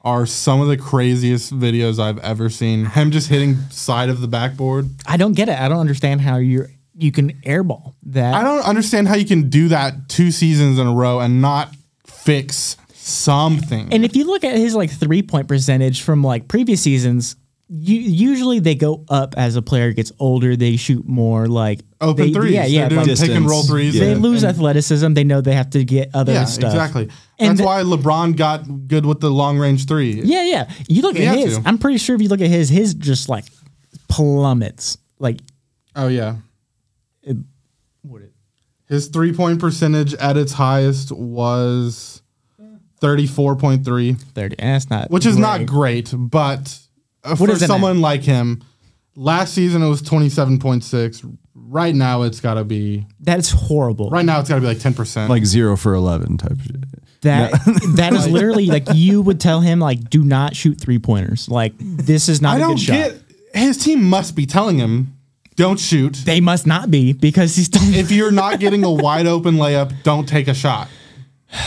Speaker 3: are some of the craziest videos I've ever seen. Him just hitting side of the backboard.
Speaker 5: I don't get it. I don't understand how you're you can airball that.
Speaker 3: I don't understand how you can do that two seasons in a row and not fix something.
Speaker 5: and if you look at his like three point percentage from like previous seasons, you, usually they go up as a player gets older. They shoot more like
Speaker 3: Open
Speaker 5: they-
Speaker 3: threes.
Speaker 5: Yeah, yeah.
Speaker 3: They're
Speaker 5: like,
Speaker 3: doing pick and
Speaker 4: Distance.
Speaker 3: roll threes.
Speaker 5: they
Speaker 3: and-
Speaker 5: lose
Speaker 3: and-
Speaker 5: athleticism. They know they have to get other
Speaker 3: Yeah,
Speaker 5: stuff.
Speaker 3: exactly.
Speaker 5: And
Speaker 3: That's
Speaker 5: the-
Speaker 3: why LeBron got good with the long range three.
Speaker 5: Yeah, yeah. You look
Speaker 3: have
Speaker 5: at his.
Speaker 3: to.
Speaker 5: I'm pretty sure if you look at his, his just like plummets. Like
Speaker 3: Oh, yeah.
Speaker 5: what it,
Speaker 3: His three point percentage at its highest was 34.3.
Speaker 5: thirty. And that's not
Speaker 3: which is not great, but uh,
Speaker 5: What
Speaker 3: for
Speaker 5: is it now?
Speaker 3: someone like him, last season it was 27.6. Right now it's got to be
Speaker 5: that is horrible.
Speaker 3: right now it's got to be like 10%.
Speaker 4: Like zero for 11 type of shit.
Speaker 5: That (laughs) that is literally like you would tell him like do not shoot three pointers. Like this is not
Speaker 3: I
Speaker 5: a
Speaker 3: don't
Speaker 5: good shot.
Speaker 3: get his team must be telling him don't shoot.
Speaker 5: They must not be because he's.
Speaker 3: if you're not getting a wide open layup, don't take a shot.
Speaker 5: (laughs)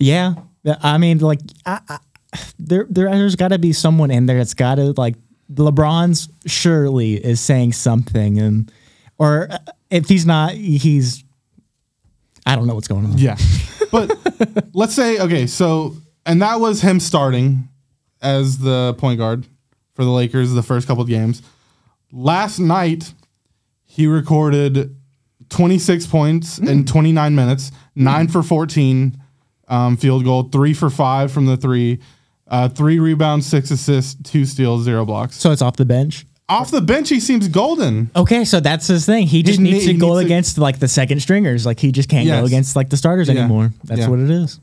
Speaker 5: yeah, I mean, like I, I, there there has got to be someone in there that's got to like LeBron's surely is saying something and or uh, if he's not, he's. I don't know what's going on.
Speaker 3: Yeah. But let's say okay, so and that was him starting as the point guard for the Lakers the first couple of games. Last night he recorded 26 points in 29 minutes, 9 for 14 um, field goal, 3 for 5 from the 3, uh, 3 rebounds, 6 assists, 2 steals, 0 blocks.
Speaker 5: So it's off the bench.
Speaker 3: Off the bench he seems golden.
Speaker 5: Okay, so that's his thing. He just
Speaker 3: ne-
Speaker 5: needs
Speaker 3: he
Speaker 5: to go
Speaker 3: needs to-
Speaker 5: against like the second stringers. Like he just can't
Speaker 3: Yes.
Speaker 5: go against like the starters
Speaker 3: Yeah.
Speaker 5: anymore. That's
Speaker 3: Yeah.
Speaker 5: what it is.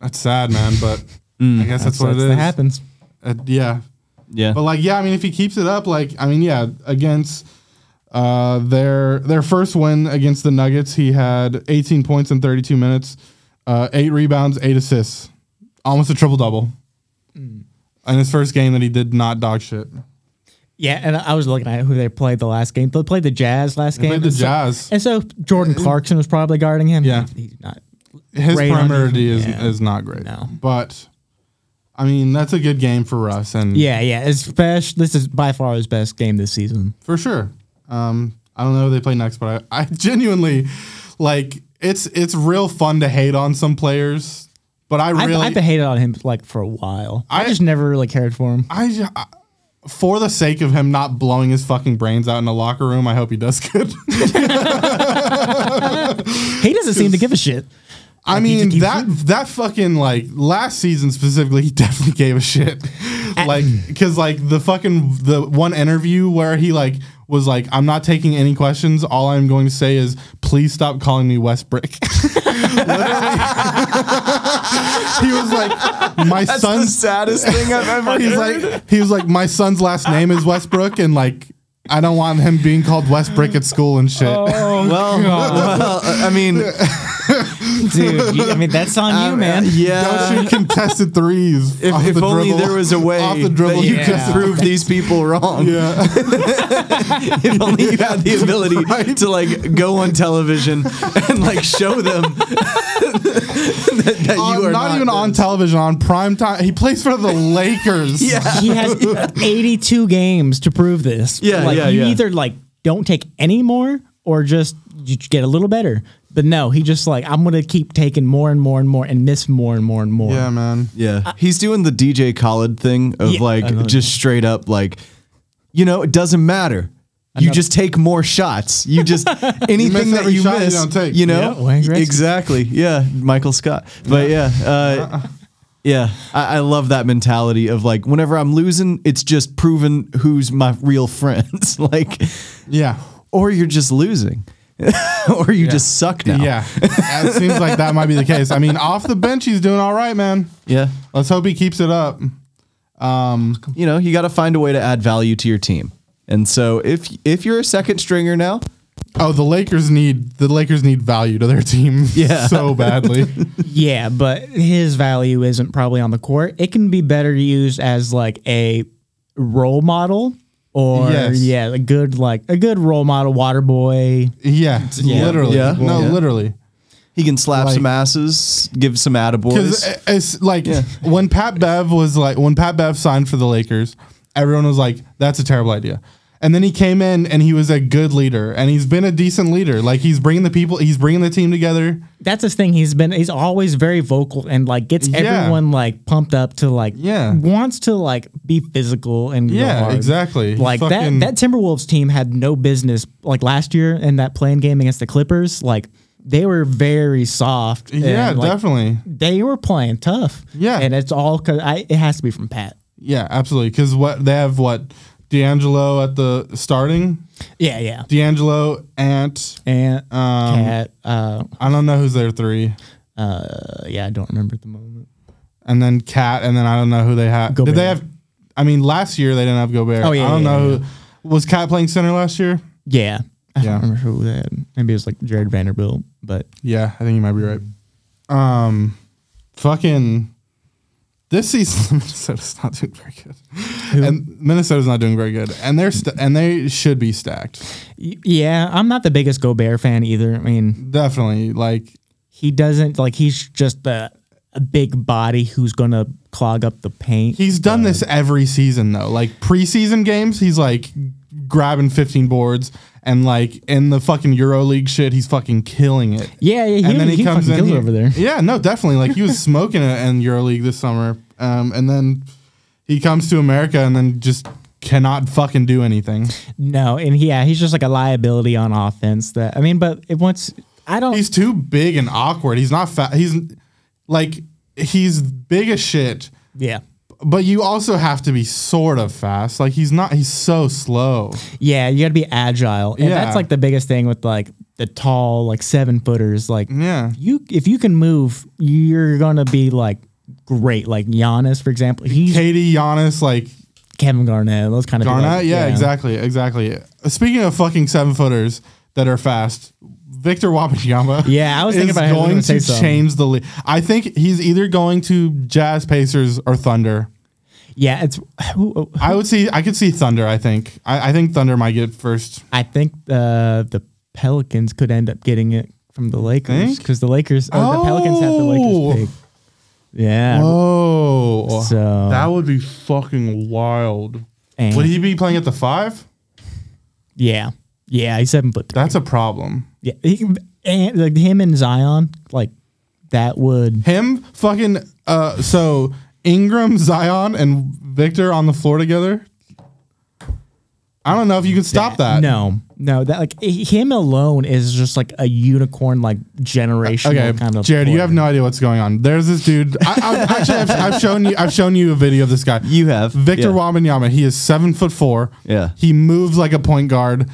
Speaker 3: That's sad, man, but I guess Hmm. that's,
Speaker 5: So
Speaker 3: what it
Speaker 5: that's
Speaker 3: is.
Speaker 5: that happens.
Speaker 3: Uh, yeah.
Speaker 4: Yeah.
Speaker 3: But like, yeah, I mean, if he keeps it up, like, I mean, yeah, against uh, their their first win against the Nuggets, he had 18 points in 32 minutes, uh, eight rebounds, eight assists, almost a triple double.
Speaker 5: Hmm.
Speaker 3: In his first game that he did not dog shit.
Speaker 5: Yeah, and I was looking at who they played the last game. They played the Jazz last game.
Speaker 3: Played the
Speaker 5: and so-
Speaker 3: Jazz.
Speaker 5: and so Jordan Clarkson was probably guarding him.
Speaker 3: Yeah.
Speaker 5: he's not.
Speaker 3: His
Speaker 5: great on
Speaker 3: perimeter is
Speaker 5: defense. Yeah.
Speaker 3: is not great.
Speaker 5: No.
Speaker 3: But I mean, that's a good game for us, and
Speaker 5: Yeah, yeah. Especially this is by far his best game this season.
Speaker 3: for sure. Um, I don't know who they play next, but (laughs) I, I genuinely like it's it's real fun to hate on some players, But I
Speaker 5: I've,
Speaker 3: really,
Speaker 5: I've hated on him like for a while. I,
Speaker 3: I-
Speaker 5: just never really cared for him.
Speaker 3: I, ju- I- for the sake of him not blowing his fucking brains out in the locker room, I hope he does (laughs) good.
Speaker 5: He doesn't seem to give a shit.
Speaker 3: I
Speaker 5: he-
Speaker 3: mean
Speaker 5: he-
Speaker 3: that that fucking like last season specifically, (laughs) he definitely gave a shit. like because like the fucking the one interview where he like was like, I'm not taking any questions. All I'm going to say is, please stop calling me Westbrook. (laughs) Literally, (laughs) he was like, my
Speaker 4: That's the
Speaker 3: son's
Speaker 4: saddest thing I've
Speaker 3: (laughs)
Speaker 4: ever
Speaker 3: he's
Speaker 4: heard.
Speaker 3: like he was like my son's last name is Westbrook and like I don't want him being called Westbrook at school and shit.
Speaker 4: Oh. well,
Speaker 3: oh,
Speaker 4: (laughs) well, uh,
Speaker 3: (laughs)
Speaker 4: I mean,
Speaker 5: Dude, you- I mean that's on
Speaker 3: Uh,
Speaker 5: you, man.
Speaker 4: yeah.
Speaker 3: Don't shoot contested threes.
Speaker 4: If,
Speaker 3: off
Speaker 4: if
Speaker 3: the
Speaker 4: only
Speaker 3: dribble.
Speaker 4: there was a way
Speaker 3: off the dribble.
Speaker 4: that you
Speaker 3: yeah.
Speaker 4: could prove these people wrong.
Speaker 3: yeah.
Speaker 4: (laughs) If only you had the ability
Speaker 3: (laughs) Right.
Speaker 4: to like go on television and like show them (laughs) that, that
Speaker 3: On-
Speaker 4: (laughs) you are
Speaker 3: Uh, not, even on television, on prime time. He plays for
Speaker 4: (laughs)
Speaker 3: the Lakers.
Speaker 4: Yeah.
Speaker 5: He has 82 games to prove this.
Speaker 4: Yeah,
Speaker 5: like,
Speaker 4: yeah,
Speaker 5: You
Speaker 4: yeah.
Speaker 5: either like don't take any more or just you get a little better. But no, he just like I'm gonna keep taking more and more and more and miss more and more and more.
Speaker 3: Yeah, man.
Speaker 4: Yeah. He's doing the DJ Khaled thing of
Speaker 5: Yeah.
Speaker 4: like just straight up like, you know, it doesn't matter. You just take more shots. You just anything that
Speaker 3: every
Speaker 4: you
Speaker 3: shot you
Speaker 4: miss, you,
Speaker 3: don't take.
Speaker 4: know,
Speaker 5: Yeah, Wayne Gretzky.
Speaker 4: exactly. Yeah, Michael Scott. But yeah, uh, yeah, I, I love that mentality of like, whenever I'm losing, it's just proving who's my real friends. (laughs) like,
Speaker 3: Yeah.
Speaker 4: or you're just losing, (laughs) or you just suck now.
Speaker 3: Yeah. it seems like that might be the case. I mean, off the bench, he's doing all right, man.
Speaker 4: yeah.
Speaker 3: Let's hope he keeps it up.
Speaker 4: you know, you got to find a way to add value to your team. And so if if you're a second stringer now,
Speaker 3: Oh, the Lakers need the Lakers need value to their team (laughs)
Speaker 4: Yeah.
Speaker 3: so badly.
Speaker 5: Yeah, but his value isn't probably on the court. It can be better used as like a role model or
Speaker 3: Yes.
Speaker 5: yeah, a good like a good role model water boy.
Speaker 3: yeah, literally.
Speaker 4: (laughs) Yeah.
Speaker 3: No,
Speaker 4: Yeah.
Speaker 3: literally.
Speaker 4: he can slap
Speaker 3: Like-
Speaker 4: some asses, give some
Speaker 3: Because
Speaker 4: attaboys.
Speaker 3: it's like when Pat Bev was like when Pat Bev signed for the Lakers, everyone was like, "That's a terrible idea." And then he came in and he was a good leader, and he's been a decent leader. Like he's bringing the people, he's bringing the team together.
Speaker 5: That's his thing. He's been he's always very vocal and like gets
Speaker 3: Yeah.
Speaker 5: everyone like pumped up to like
Speaker 3: Yeah.
Speaker 5: wants to like be physical and go
Speaker 3: Yeah,
Speaker 5: hard.
Speaker 3: exactly. He
Speaker 5: Like
Speaker 3: fucking-
Speaker 5: that that Timberwolves team had no business like last year in that playing game against the Clippers. Like they were very soft. and,
Speaker 3: Yeah,
Speaker 5: like,
Speaker 3: definitely.
Speaker 5: they were playing tough.
Speaker 3: Yeah.
Speaker 5: and it's all because I. It has to be from Pat.
Speaker 3: Yeah, absolutely. Because what they have, what D'Angelo at the starting,
Speaker 5: Yeah, yeah.
Speaker 3: D'Angelo Ant.
Speaker 5: And
Speaker 3: Um,
Speaker 5: Cat. Uh,
Speaker 3: I don't know who's their three,
Speaker 5: uh, yeah, I don't remember at the moment.
Speaker 3: and then Cat, and then I don't know who they have. Did
Speaker 5: Gobert.
Speaker 3: they have? I mean, last year they didn't have Gobert.
Speaker 5: Oh, yeah,
Speaker 3: I don't
Speaker 5: yeah,
Speaker 3: know.
Speaker 5: yeah,
Speaker 3: who, was Cat playing center last year?
Speaker 5: Yeah, I
Speaker 3: Yeah.
Speaker 5: don't remember who they had. Maybe it was like Jared Vanderbilt, but
Speaker 3: Yeah, I think you might be right. Um, fucking this season, (laughs) Minnesota's not doing very good, and Minnesota's not doing very good, and they're st- and they should be stacked.
Speaker 5: y- yeah, I'm not the biggest Gobert fan either. I mean,
Speaker 3: Definitely, like
Speaker 5: he doesn't like he's just a a big body who's gonna clog up the paint.
Speaker 3: he's done this every season though. Like preseason games, he's like grabbing 15 boards, and like in the fucking EuroLeague shit, he's fucking killing it.
Speaker 5: yeah, yeah. He,
Speaker 3: and then he, comes in
Speaker 5: kills
Speaker 3: here.
Speaker 5: over there.
Speaker 3: Yeah, no, definitely. Like he was (laughs) smoking it in EuroLeague this summer, um, and then he comes to America and then just cannot fucking do anything.
Speaker 5: No, and he, yeah, he's just like a liability on offense. That I mean, but it once I don't.
Speaker 3: He's too big and awkward. He's not fat. He's like he's big as shit,
Speaker 5: yeah.
Speaker 3: but you also have to be sort of fast. Like he's not. He's so slow.
Speaker 5: Yeah, you got to be agile, and
Speaker 3: Yeah.
Speaker 5: that's like the biggest thing with like the tall, like seven footers. Like,
Speaker 3: Yeah.
Speaker 5: you if you can move, you're gonna be like great. Like Giannis, for example, he's
Speaker 3: Katie Giannis, like
Speaker 5: Kevin Garnett, those kind of
Speaker 3: Garnett. yeah, exactly, exactly. Speaking of fucking seven footers that are fast, Victor Wapanyama.
Speaker 5: (laughs) Yeah, I was thinking
Speaker 3: is
Speaker 5: about him. I was
Speaker 3: going
Speaker 5: gonna say
Speaker 3: to
Speaker 5: something.
Speaker 3: change the league. I think he's either going to Jazz, Pacers, or Thunder.
Speaker 5: Yeah, it's. who-
Speaker 3: I would see. I could see Thunder. I think. I, I think Thunder might get first.
Speaker 5: I think uh, the Pelicans could end up getting it from the Lakers
Speaker 3: Think?
Speaker 5: because the Lakers, oh, the Pelicans had the
Speaker 3: Oh.
Speaker 5: Lakers pick. Yeah,
Speaker 3: Oh,
Speaker 5: So-
Speaker 3: that would be fucking wild.
Speaker 5: And-
Speaker 3: Would he be playing at the five?
Speaker 5: yeah, yeah. He's seven foot. three.
Speaker 3: That's a problem.
Speaker 5: Yeah, he, and like him and Zion, like that would
Speaker 3: Him fucking uh so Ingram, Zion, and Victor on the floor together. I don't know if you can stop that.
Speaker 5: no no that like h- him alone is just like a unicorn like generational
Speaker 3: Okay,
Speaker 5: kind of.
Speaker 3: Jared, you
Speaker 5: player.
Speaker 3: have no idea what's going on. There's this dude. I, I, actually, I've, I've shown you. I've shown you a video of this guy.
Speaker 4: You have.
Speaker 3: Victor
Speaker 4: Yeah.
Speaker 3: Wambanyama. He is seven foot four.
Speaker 4: Yeah.
Speaker 3: He moves like a point guard,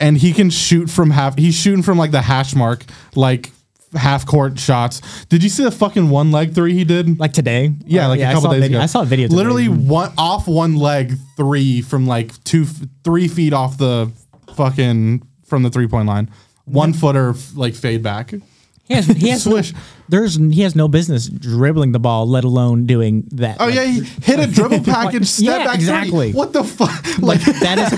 Speaker 3: and he can shoot from half. He's shooting from like the hash mark, like half court shots. Did you see the fucking one leg three he did?
Speaker 5: like today.
Speaker 3: Yeah,
Speaker 5: Uh,
Speaker 3: like a
Speaker 5: I
Speaker 3: couple
Speaker 5: saw
Speaker 3: days
Speaker 5: video,
Speaker 3: ago.
Speaker 5: I saw a video. Today.
Speaker 3: Literally one off one leg three from like two f- three feet off the fucking from the three point line. One footer f- like fade back.
Speaker 5: he has, he has
Speaker 3: (laughs) Swish.
Speaker 5: there's he has no business dribbling the ball, let alone doing that.
Speaker 3: Oh
Speaker 5: Like,
Speaker 3: yeah, he hit (laughs) a dribble package, step
Speaker 5: yeah,
Speaker 3: back three.
Speaker 5: exactly.
Speaker 3: What the (laughs) fuck? Like,
Speaker 5: that is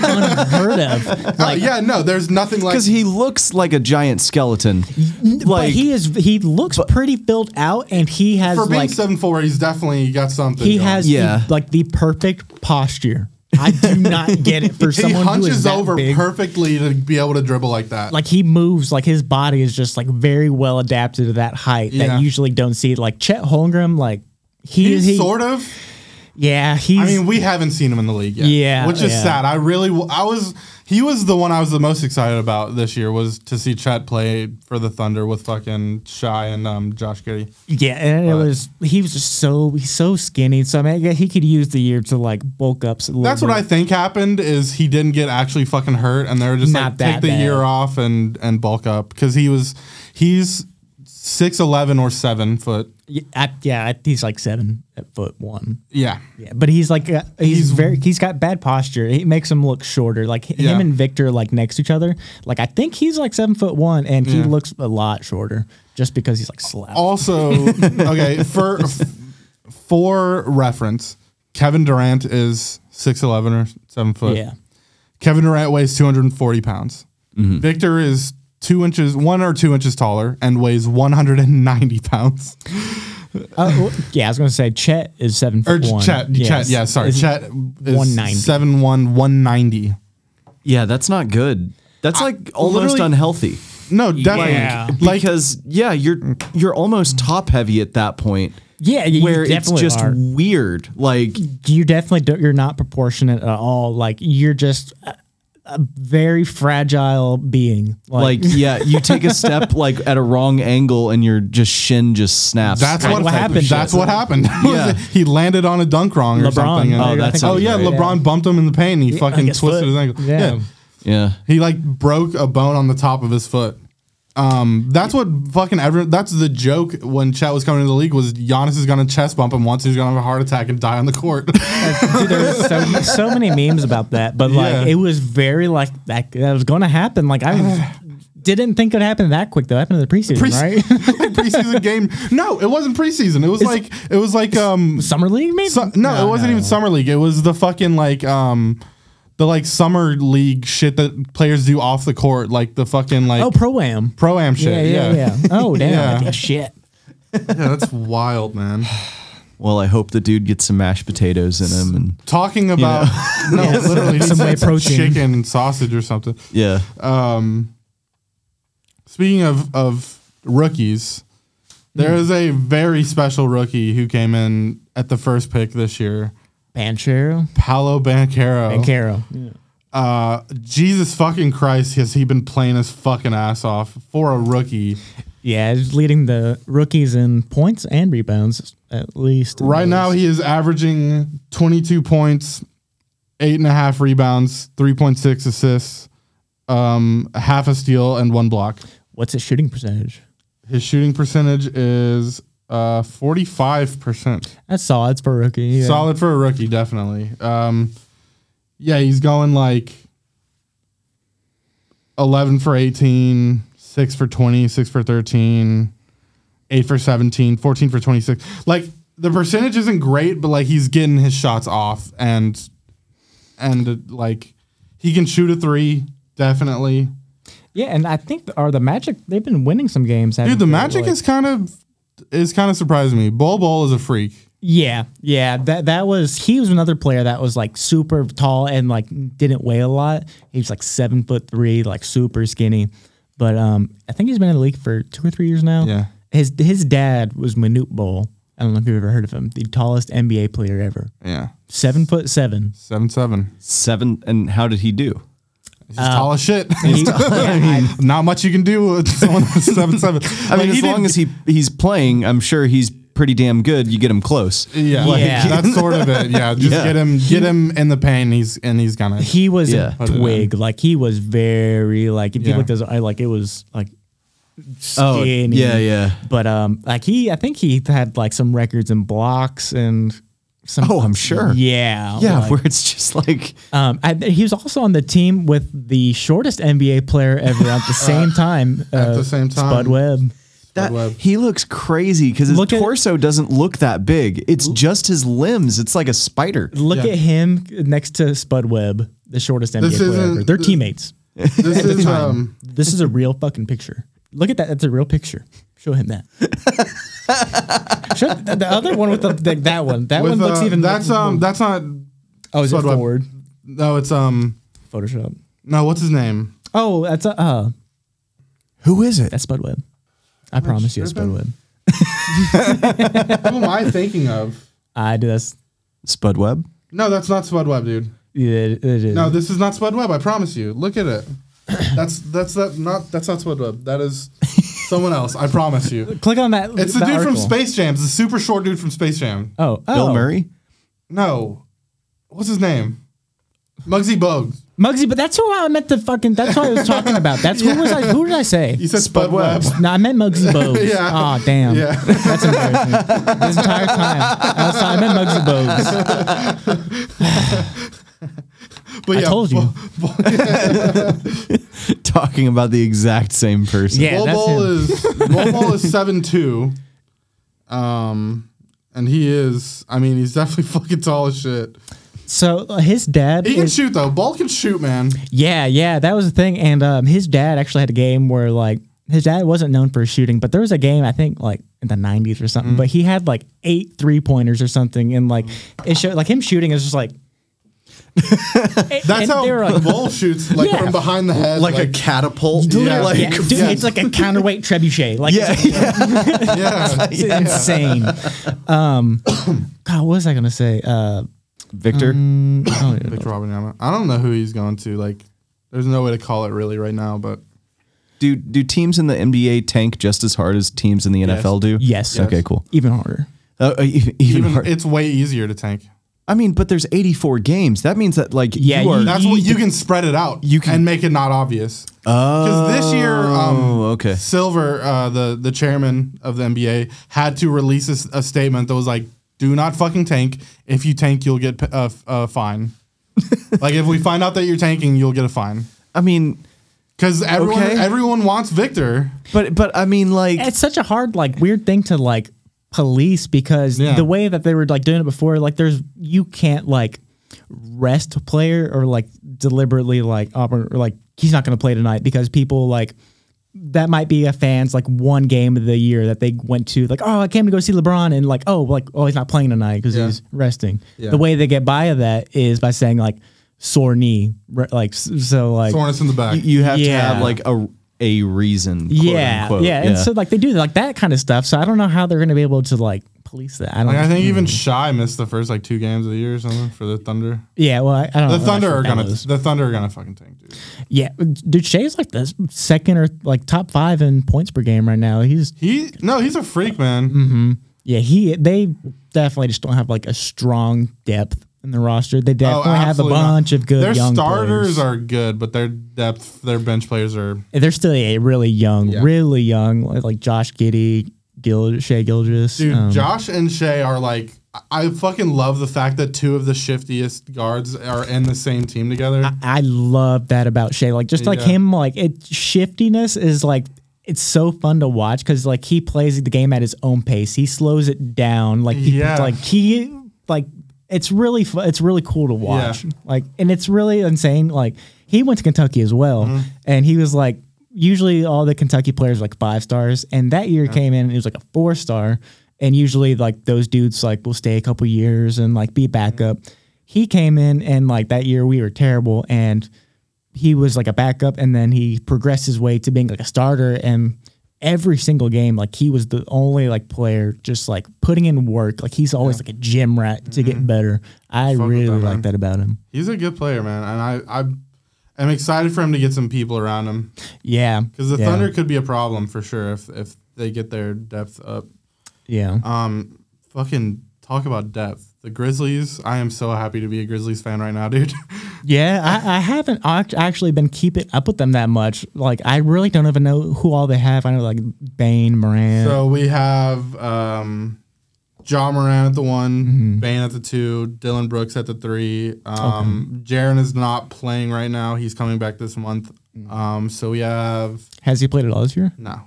Speaker 3: (laughs)
Speaker 5: unheard of.
Speaker 3: oh, yeah, no, there's nothing like.
Speaker 4: Because he looks like a giant skeleton.
Speaker 5: Like
Speaker 4: Like
Speaker 5: he is, he looks pretty filled out, and he has
Speaker 3: For being
Speaker 5: like
Speaker 3: seven four, he's definitely got something.
Speaker 5: he
Speaker 3: going.
Speaker 5: has
Speaker 4: Yeah.
Speaker 5: the, like the perfect posture. I do not get it for
Speaker 3: (laughs) He
Speaker 5: someone who
Speaker 3: hunches
Speaker 5: is that
Speaker 3: over
Speaker 5: big.
Speaker 3: perfectly to be able to dribble like that.
Speaker 5: like he moves, like his body is just like very well adapted to that height
Speaker 3: Yeah.
Speaker 5: that you usually don't see. Like Chet Holmgren, like he,
Speaker 3: he's
Speaker 5: he
Speaker 3: sort of.
Speaker 5: yeah, he's
Speaker 3: I mean, we haven't seen him in the league yet.
Speaker 5: Yeah,
Speaker 3: which is
Speaker 5: yeah.
Speaker 3: sad. I really, w- I was. He was the one I was the most excited about this year was to see Chet play for the Thunder with fucking Shy and um, Josh Giddy.
Speaker 5: Yeah, and it
Speaker 3: But-
Speaker 5: was he was just so he's so skinny. So I mean, I guess he could use the year to like bulk up. A little
Speaker 3: That's what I
Speaker 5: bit.
Speaker 3: think happened is he didn't get actually fucking hurt, and they were just
Speaker 5: Not
Speaker 3: like take
Speaker 5: that
Speaker 3: the
Speaker 5: bad.
Speaker 3: year off and and bulk up because he was he's six eleven or seven foot.
Speaker 5: Yeah, I, yeah, I- he's like seven at foot one.
Speaker 3: Yeah,
Speaker 5: Yeah, but he's like uh, he's,
Speaker 3: He's-
Speaker 5: very he's got bad posture. It makes him look shorter. Like h-
Speaker 3: Yeah.
Speaker 5: him and Victor like next to each other. Like I think he's like seven foot one, and he looks a lot shorter just because he's like slapped.
Speaker 3: also
Speaker 5: (laughs)
Speaker 3: okay for for reference kevin durant is 6'11 or 7 foot
Speaker 5: yeah,
Speaker 3: kevin durant weighs 240 pounds
Speaker 5: Mm-hmm.
Speaker 3: victor is two inches one or two inches taller and weighs 190 pounds
Speaker 5: uh, w- yeah. I was gonna say Chet is seven
Speaker 3: or
Speaker 5: foot one.
Speaker 3: chet chet yeah sorry
Speaker 5: Is-
Speaker 3: chet is
Speaker 5: 190.
Speaker 3: 7'1 190
Speaker 4: yeah, that's not good. That's like almost
Speaker 3: literally-
Speaker 4: unhealthy.
Speaker 3: no definitely
Speaker 5: Yeah.
Speaker 3: like
Speaker 4: because yeah, you're you're almost top heavy at that point.
Speaker 5: Yeah, you
Speaker 4: where it's
Speaker 5: definitely
Speaker 4: just
Speaker 5: are.
Speaker 4: weird. Like
Speaker 5: you definitely don't, you're not proportionate at all. Like you're just a, a very fragile being.
Speaker 4: like
Speaker 5: (laughs)
Speaker 4: yeah, you take a step like at a wrong angle and your just shin just snaps.
Speaker 3: that's
Speaker 5: Like
Speaker 3: what,
Speaker 5: what happened.
Speaker 3: That's what happened. (laughs)
Speaker 4: Yeah.
Speaker 3: he landed on a dunk wrong or
Speaker 5: LeBron.
Speaker 3: something. and-
Speaker 5: Oh,
Speaker 3: I
Speaker 4: that
Speaker 3: think-
Speaker 4: sounds
Speaker 3: oh yeah,
Speaker 4: right.
Speaker 3: LeBron bumped him in the paint. And he fucking
Speaker 5: his
Speaker 3: twisted
Speaker 5: foot.
Speaker 3: his ankle.
Speaker 5: Yeah.
Speaker 4: yeah.
Speaker 3: He like broke a bone on the top of his foot. Um, that's what fucking everyone. That's the joke when Chet was coming into the league was Giannis is gonna chest bump him once. He's gonna have a heart attack and die on the court. (laughs)
Speaker 5: Dude, there was so, so many memes about that, but like
Speaker 3: Yeah.
Speaker 5: it was very like that, that was going to happen. Like
Speaker 3: (sighs)
Speaker 5: I didn't think it happened that quick though. It happened in the preseason,
Speaker 3: Pre-
Speaker 5: right? (laughs)
Speaker 3: like preseason game. No, it wasn't preseason. It was like it was like um.
Speaker 5: Summer league, maybe.
Speaker 3: su- no, it wasn't even summer league. It was the fucking like um. The like summer league shit that players do off the court, like the fucking like
Speaker 5: Oh, pro am.
Speaker 3: pro am shit.
Speaker 5: Yeah, yeah, yeah. Oh, damn.
Speaker 3: Yeah.
Speaker 5: yeah, Shit.
Speaker 3: yeah, (laughs) that's wild, man.
Speaker 5: (sighs)
Speaker 4: Well, I hope the dude gets some mashed potatoes in him and
Speaker 3: Talking about (laughs) no,
Speaker 5: Yeah,
Speaker 3: literally
Speaker 5: (laughs) some
Speaker 3: some
Speaker 5: whey protein.
Speaker 3: chicken and sausage or something.
Speaker 4: yeah.
Speaker 3: Speaking of of rookies, there is a very special rookie who came in at the first pick this year,
Speaker 5: Banchero
Speaker 3: Paolo Banquero.
Speaker 5: and Caro. Yeah.
Speaker 3: Uh, Jesus fucking Christ, has he been playing his fucking ass off for a rookie?
Speaker 5: Yeah, he's leading the rookies in points and rebounds, at least. in
Speaker 3: Right
Speaker 5: those.
Speaker 3: now, he is averaging 22 points, eight and a half rebounds, 3.6 assists, um, half a steal, and one block.
Speaker 5: What's his shooting percentage?
Speaker 3: His shooting percentage is uh, 45%.
Speaker 5: That's solid. It's for a rookie. Yeah.
Speaker 3: Solid for a rookie, definitely. Um, yeah, he's going like 11 for 18, 6 for 20, 6 for 13, 8 for 17, 14 for 26. Like the percentage isn't great, but like he's getting his shots off and and uh, like he can shoot a 3 definitely.
Speaker 5: Yeah, and I think are the Magic they've been winning some games.
Speaker 3: Dude, the Magic is kind of is kind of surprising me. Bol Bol is a freak.
Speaker 5: Yeah, yeah. That that was he was another player that was like super tall and like didn't weigh a lot. He was like seven foot three, like super skinny. But um, I think he's been in the league for two or three years now.
Speaker 3: Yeah.
Speaker 5: his his dad was Manute Bol. I don't know if you've ever heard of him. The tallest NBA player ever,
Speaker 3: Yeah.
Speaker 5: seven foot seven.
Speaker 3: Seven seven.
Speaker 4: Seven. And how did he do?
Speaker 3: He's tall (laughs) as shit.
Speaker 5: He- yeah, I-
Speaker 3: Not much you can do with (laughs) someone that's seven seven.
Speaker 4: I mean, as long as he he's playing, I'm sure he's pretty damn good. You get him close.
Speaker 3: yeah,
Speaker 5: Like-
Speaker 3: that's sort of it. Yeah, just
Speaker 4: Yeah.
Speaker 3: get him, get him in the pain. He's and he's gonna.
Speaker 5: he was
Speaker 4: Yeah.
Speaker 5: a twig. Like he was very like if you
Speaker 3: Yeah.
Speaker 5: looked at his eye, like it was like
Speaker 4: Oh,
Speaker 5: skinny.
Speaker 4: yeah, yeah.
Speaker 5: But um, like he, I think he had like some records and blocks and some.
Speaker 4: Oh, I'm sure.
Speaker 5: Yeah,
Speaker 4: Yeah, (laughs)
Speaker 5: like-
Speaker 4: where it's just like
Speaker 5: Um, I, he was also on the team with the shortest NBA player ever
Speaker 4: (laughs)
Speaker 5: at the same time. uh,
Speaker 3: at the same time.
Speaker 5: Spud Webb.
Speaker 4: that.
Speaker 3: Web.
Speaker 4: He looks crazy because his
Speaker 5: Look at-
Speaker 4: torso doesn't look that big. It's just his limbs. It's like a spider.
Speaker 5: Look
Speaker 3: Yeah.
Speaker 5: at him next to Spud Webb, the shortest NBA
Speaker 3: This
Speaker 5: player ever.
Speaker 3: isn't-
Speaker 5: They're
Speaker 3: th-
Speaker 5: teammates.
Speaker 3: this is um,
Speaker 5: This is a real fucking picture. Look at that. That's a real picture. Show
Speaker 3: (laughs)
Speaker 5: him that. Show, the, the other one with the, the- that one. That
Speaker 3: with,
Speaker 5: one looks
Speaker 3: uh,
Speaker 5: even.
Speaker 3: that's um, that's not.
Speaker 5: oh, is it
Speaker 3: Spud Webb.
Speaker 5: forward?
Speaker 3: No, it's um,
Speaker 5: Photoshop.
Speaker 3: no, what's his name?
Speaker 5: Oh, that's a. Uh,
Speaker 4: Who is it?
Speaker 5: that's Spud Webb. I promise you, it's Spud
Speaker 3: tripping?
Speaker 5: Webb.
Speaker 3: Who am I thinking of?
Speaker 5: I do. That's
Speaker 4: Spud Webb.
Speaker 3: No, that's not Spud Web, dude.
Speaker 5: yeah, it is.
Speaker 3: No, this is not Spud Web. I promise you. Look at it. That's that's that not that's not Spud Webb. That is someone else. I promise
Speaker 5: (laughs)
Speaker 3: you.
Speaker 5: Click on that.
Speaker 3: It's the
Speaker 5: that
Speaker 3: dude from
Speaker 5: article.
Speaker 3: Space Jam. It's the super short dude from Space Jam.
Speaker 5: Oh, oh,
Speaker 4: Bill Murray. (laughs)
Speaker 3: No, what's his name? Muggsy Bogues.
Speaker 5: Muggsy, but that's who I meant to fucking. That's what I was talking about. That's who was I? Who did I say?
Speaker 3: (laughs) You said Spud,
Speaker 4: Spud Webb.
Speaker 3: Webb.
Speaker 5: No, I
Speaker 3: (laughs)
Speaker 5: meant Muggsy Bogues.
Speaker 3: Yeah.
Speaker 5: Oh, damn.
Speaker 3: Yeah.
Speaker 5: That's embarrassing. this entire time. I, was, I meant Muggsy Bogues.
Speaker 3: But
Speaker 5: I told you.
Speaker 3: Bo-
Speaker 4: Talking about the exact same person.
Speaker 5: Yeah,
Speaker 3: Bol
Speaker 5: that's
Speaker 3: Bol
Speaker 5: him. (laughs)
Speaker 3: is Bol Bol is seven two, um, and he is. I mean, he's definitely (laughs) fucking tall as shit.
Speaker 5: So uh, his dad.
Speaker 3: He can
Speaker 5: Is,
Speaker 3: shoot though. Bol can shoot, man.
Speaker 5: yeah, yeah. That was the thing. And um, his dad actually had a game where, like, his dad wasn't known for his shooting, but there was a game, I think, like, in the 90s or
Speaker 3: Mm-hmm.
Speaker 5: something, but he had, like, eight three pointers or something. And, like, it showed, like, him shooting is just like.
Speaker 3: (laughs) That's
Speaker 5: and
Speaker 3: how
Speaker 5: they
Speaker 3: (laughs)
Speaker 5: were like, (laughs)
Speaker 3: Bol shoots, like
Speaker 5: Yeah.
Speaker 3: from behind the head,
Speaker 4: Like, a catapult.
Speaker 3: Yeah.
Speaker 4: Like
Speaker 5: yeah, dude, it's like a counterweight trebuchet. Like,
Speaker 4: yeah. (laughs)
Speaker 3: yeah.
Speaker 5: It's insane. Um, (coughs) God, what was I gonna say? Uh,
Speaker 4: Victor.
Speaker 5: oh, yeah.
Speaker 3: Victor Wembanyama. I don't know who he's going to. Like, there's no way to call it really right now. But
Speaker 4: Do do teams in the NBA tank just as hard as teams in the NFL do?
Speaker 5: Yes.
Speaker 4: Okay, cool.
Speaker 5: even harder.
Speaker 4: Uh, uh, e- even,
Speaker 3: even
Speaker 4: hard.
Speaker 3: it's way easier to tank.
Speaker 4: I mean, but there's 84 games. That means that like
Speaker 5: Yeah,
Speaker 4: you are
Speaker 5: you-
Speaker 3: That's what you can spread it out.
Speaker 4: You can-
Speaker 3: and make it not obvious. Because this year, um,
Speaker 4: Oh, okay.
Speaker 3: Silver, uh, the the chairman of the NBA, had to release a, s- a statement that was like, "Do not fucking tank. If you tank, you'll get p- a f- a
Speaker 4: (laughs)
Speaker 3: fine. like if we find out that you're tanking, you'll get a fine."
Speaker 4: I mean,
Speaker 3: Because everyone
Speaker 4: Okay.
Speaker 3: everyone wants Victor.
Speaker 4: but but I mean like
Speaker 5: It's such a hard, like, weird thing to like police because
Speaker 3: Yeah.
Speaker 5: the way that they were like doing it before, like, there's you can't like rest a player or like deliberately like up or like he's not gonna play tonight because people like. That might be a fan's like one game of the year that they went to like oh I came to go see LeBron and like oh like oh he's not playing tonight because
Speaker 3: Yeah.
Speaker 5: he's resting.
Speaker 3: Yeah.
Speaker 5: The way they get by of that is by saying like sore knee, re- like s- so like
Speaker 3: Soreness in the back.
Speaker 4: you, you have to
Speaker 5: Yeah.
Speaker 4: have like a a reason. Quote
Speaker 5: yeah,
Speaker 4: unquote.
Speaker 5: yeah, and so like they do like that kind of stuff. So I don't know how they're going to be able to like police that. I don't.
Speaker 3: Like, I think
Speaker 4: Hmm.
Speaker 3: even Shy missed the first like two games of the year or something for the Thunder.
Speaker 5: yeah, well, I, I
Speaker 4: Oh,
Speaker 5: don't.
Speaker 3: The
Speaker 5: know
Speaker 3: Thunder
Speaker 5: what
Speaker 3: are
Speaker 5: that
Speaker 3: gonna
Speaker 5: was.
Speaker 3: the Thunder are gonna fucking tank, dude.
Speaker 5: Yeah, dude, Shea's like the second or like top five in points per game right now. He's
Speaker 3: He no, he's a freak, man.
Speaker 5: yeah, he they definitely just don't have like a strong depth in the roster. They definitely have a
Speaker 3: Oh, absolutely not.
Speaker 5: bunch of good
Speaker 3: Their
Speaker 5: young
Speaker 3: starters
Speaker 5: players.
Speaker 3: are good, but their depth, their bench players are
Speaker 5: They're still yeah, really young,
Speaker 3: Yeah.
Speaker 5: really young, like, like Josh Giddy, Gil, Shea Gilgis.
Speaker 3: Dude,
Speaker 5: um,
Speaker 3: Josh and Shay are like I- I fucking love the fact that two of the shiftiest guards are in the same team together.
Speaker 5: I love that about Shay. Like just like
Speaker 3: Yeah.
Speaker 5: him, like it shiftiness is like it's so fun to watch because like he plays the game at his own pace. He slows it down. Like he,
Speaker 3: Yeah.
Speaker 5: like he like it's really fu- it's really cool to watch.
Speaker 3: Yeah.
Speaker 5: Like and it's really insane. Like he went to Kentucky as well, and he was like usually all the Kentucky players are, like five stars, and that year came in and it was like a four star. And usually like those dudes like will stay a couple years and like be backup. He came in and like that year we were terrible and he was like a backup and then he progressed his way to being like a starter and every single game, like he was the only like player just like putting in work. Like he's always like a gym rat to get better. I
Speaker 3: with
Speaker 5: really
Speaker 3: that,
Speaker 5: like
Speaker 3: man.
Speaker 5: that about him.
Speaker 3: He's a good player, man, and I I am excited for him to get some people around him
Speaker 5: Yeah.
Speaker 3: because the
Speaker 5: yeah,
Speaker 3: Thunder could be a problem for sure if if they get their depth up.
Speaker 5: Yeah.
Speaker 3: Um, fucking talk about depth. The Grizzlies. I am so happy to be a Grizzlies fan right now, (laughs) dude.
Speaker 5: Yeah, I, I haven't act- actually been keeping up with them that much. Like, I really don't even know who all they have. I know, like, Bane, Moran.
Speaker 3: So we have um, John Moran at the one, Bane at the two, Dylan Brooks at the three. Um, Jaron is not playing right now. He's coming back this month. Um, so we have
Speaker 5: Has he played at all this year?
Speaker 3: no.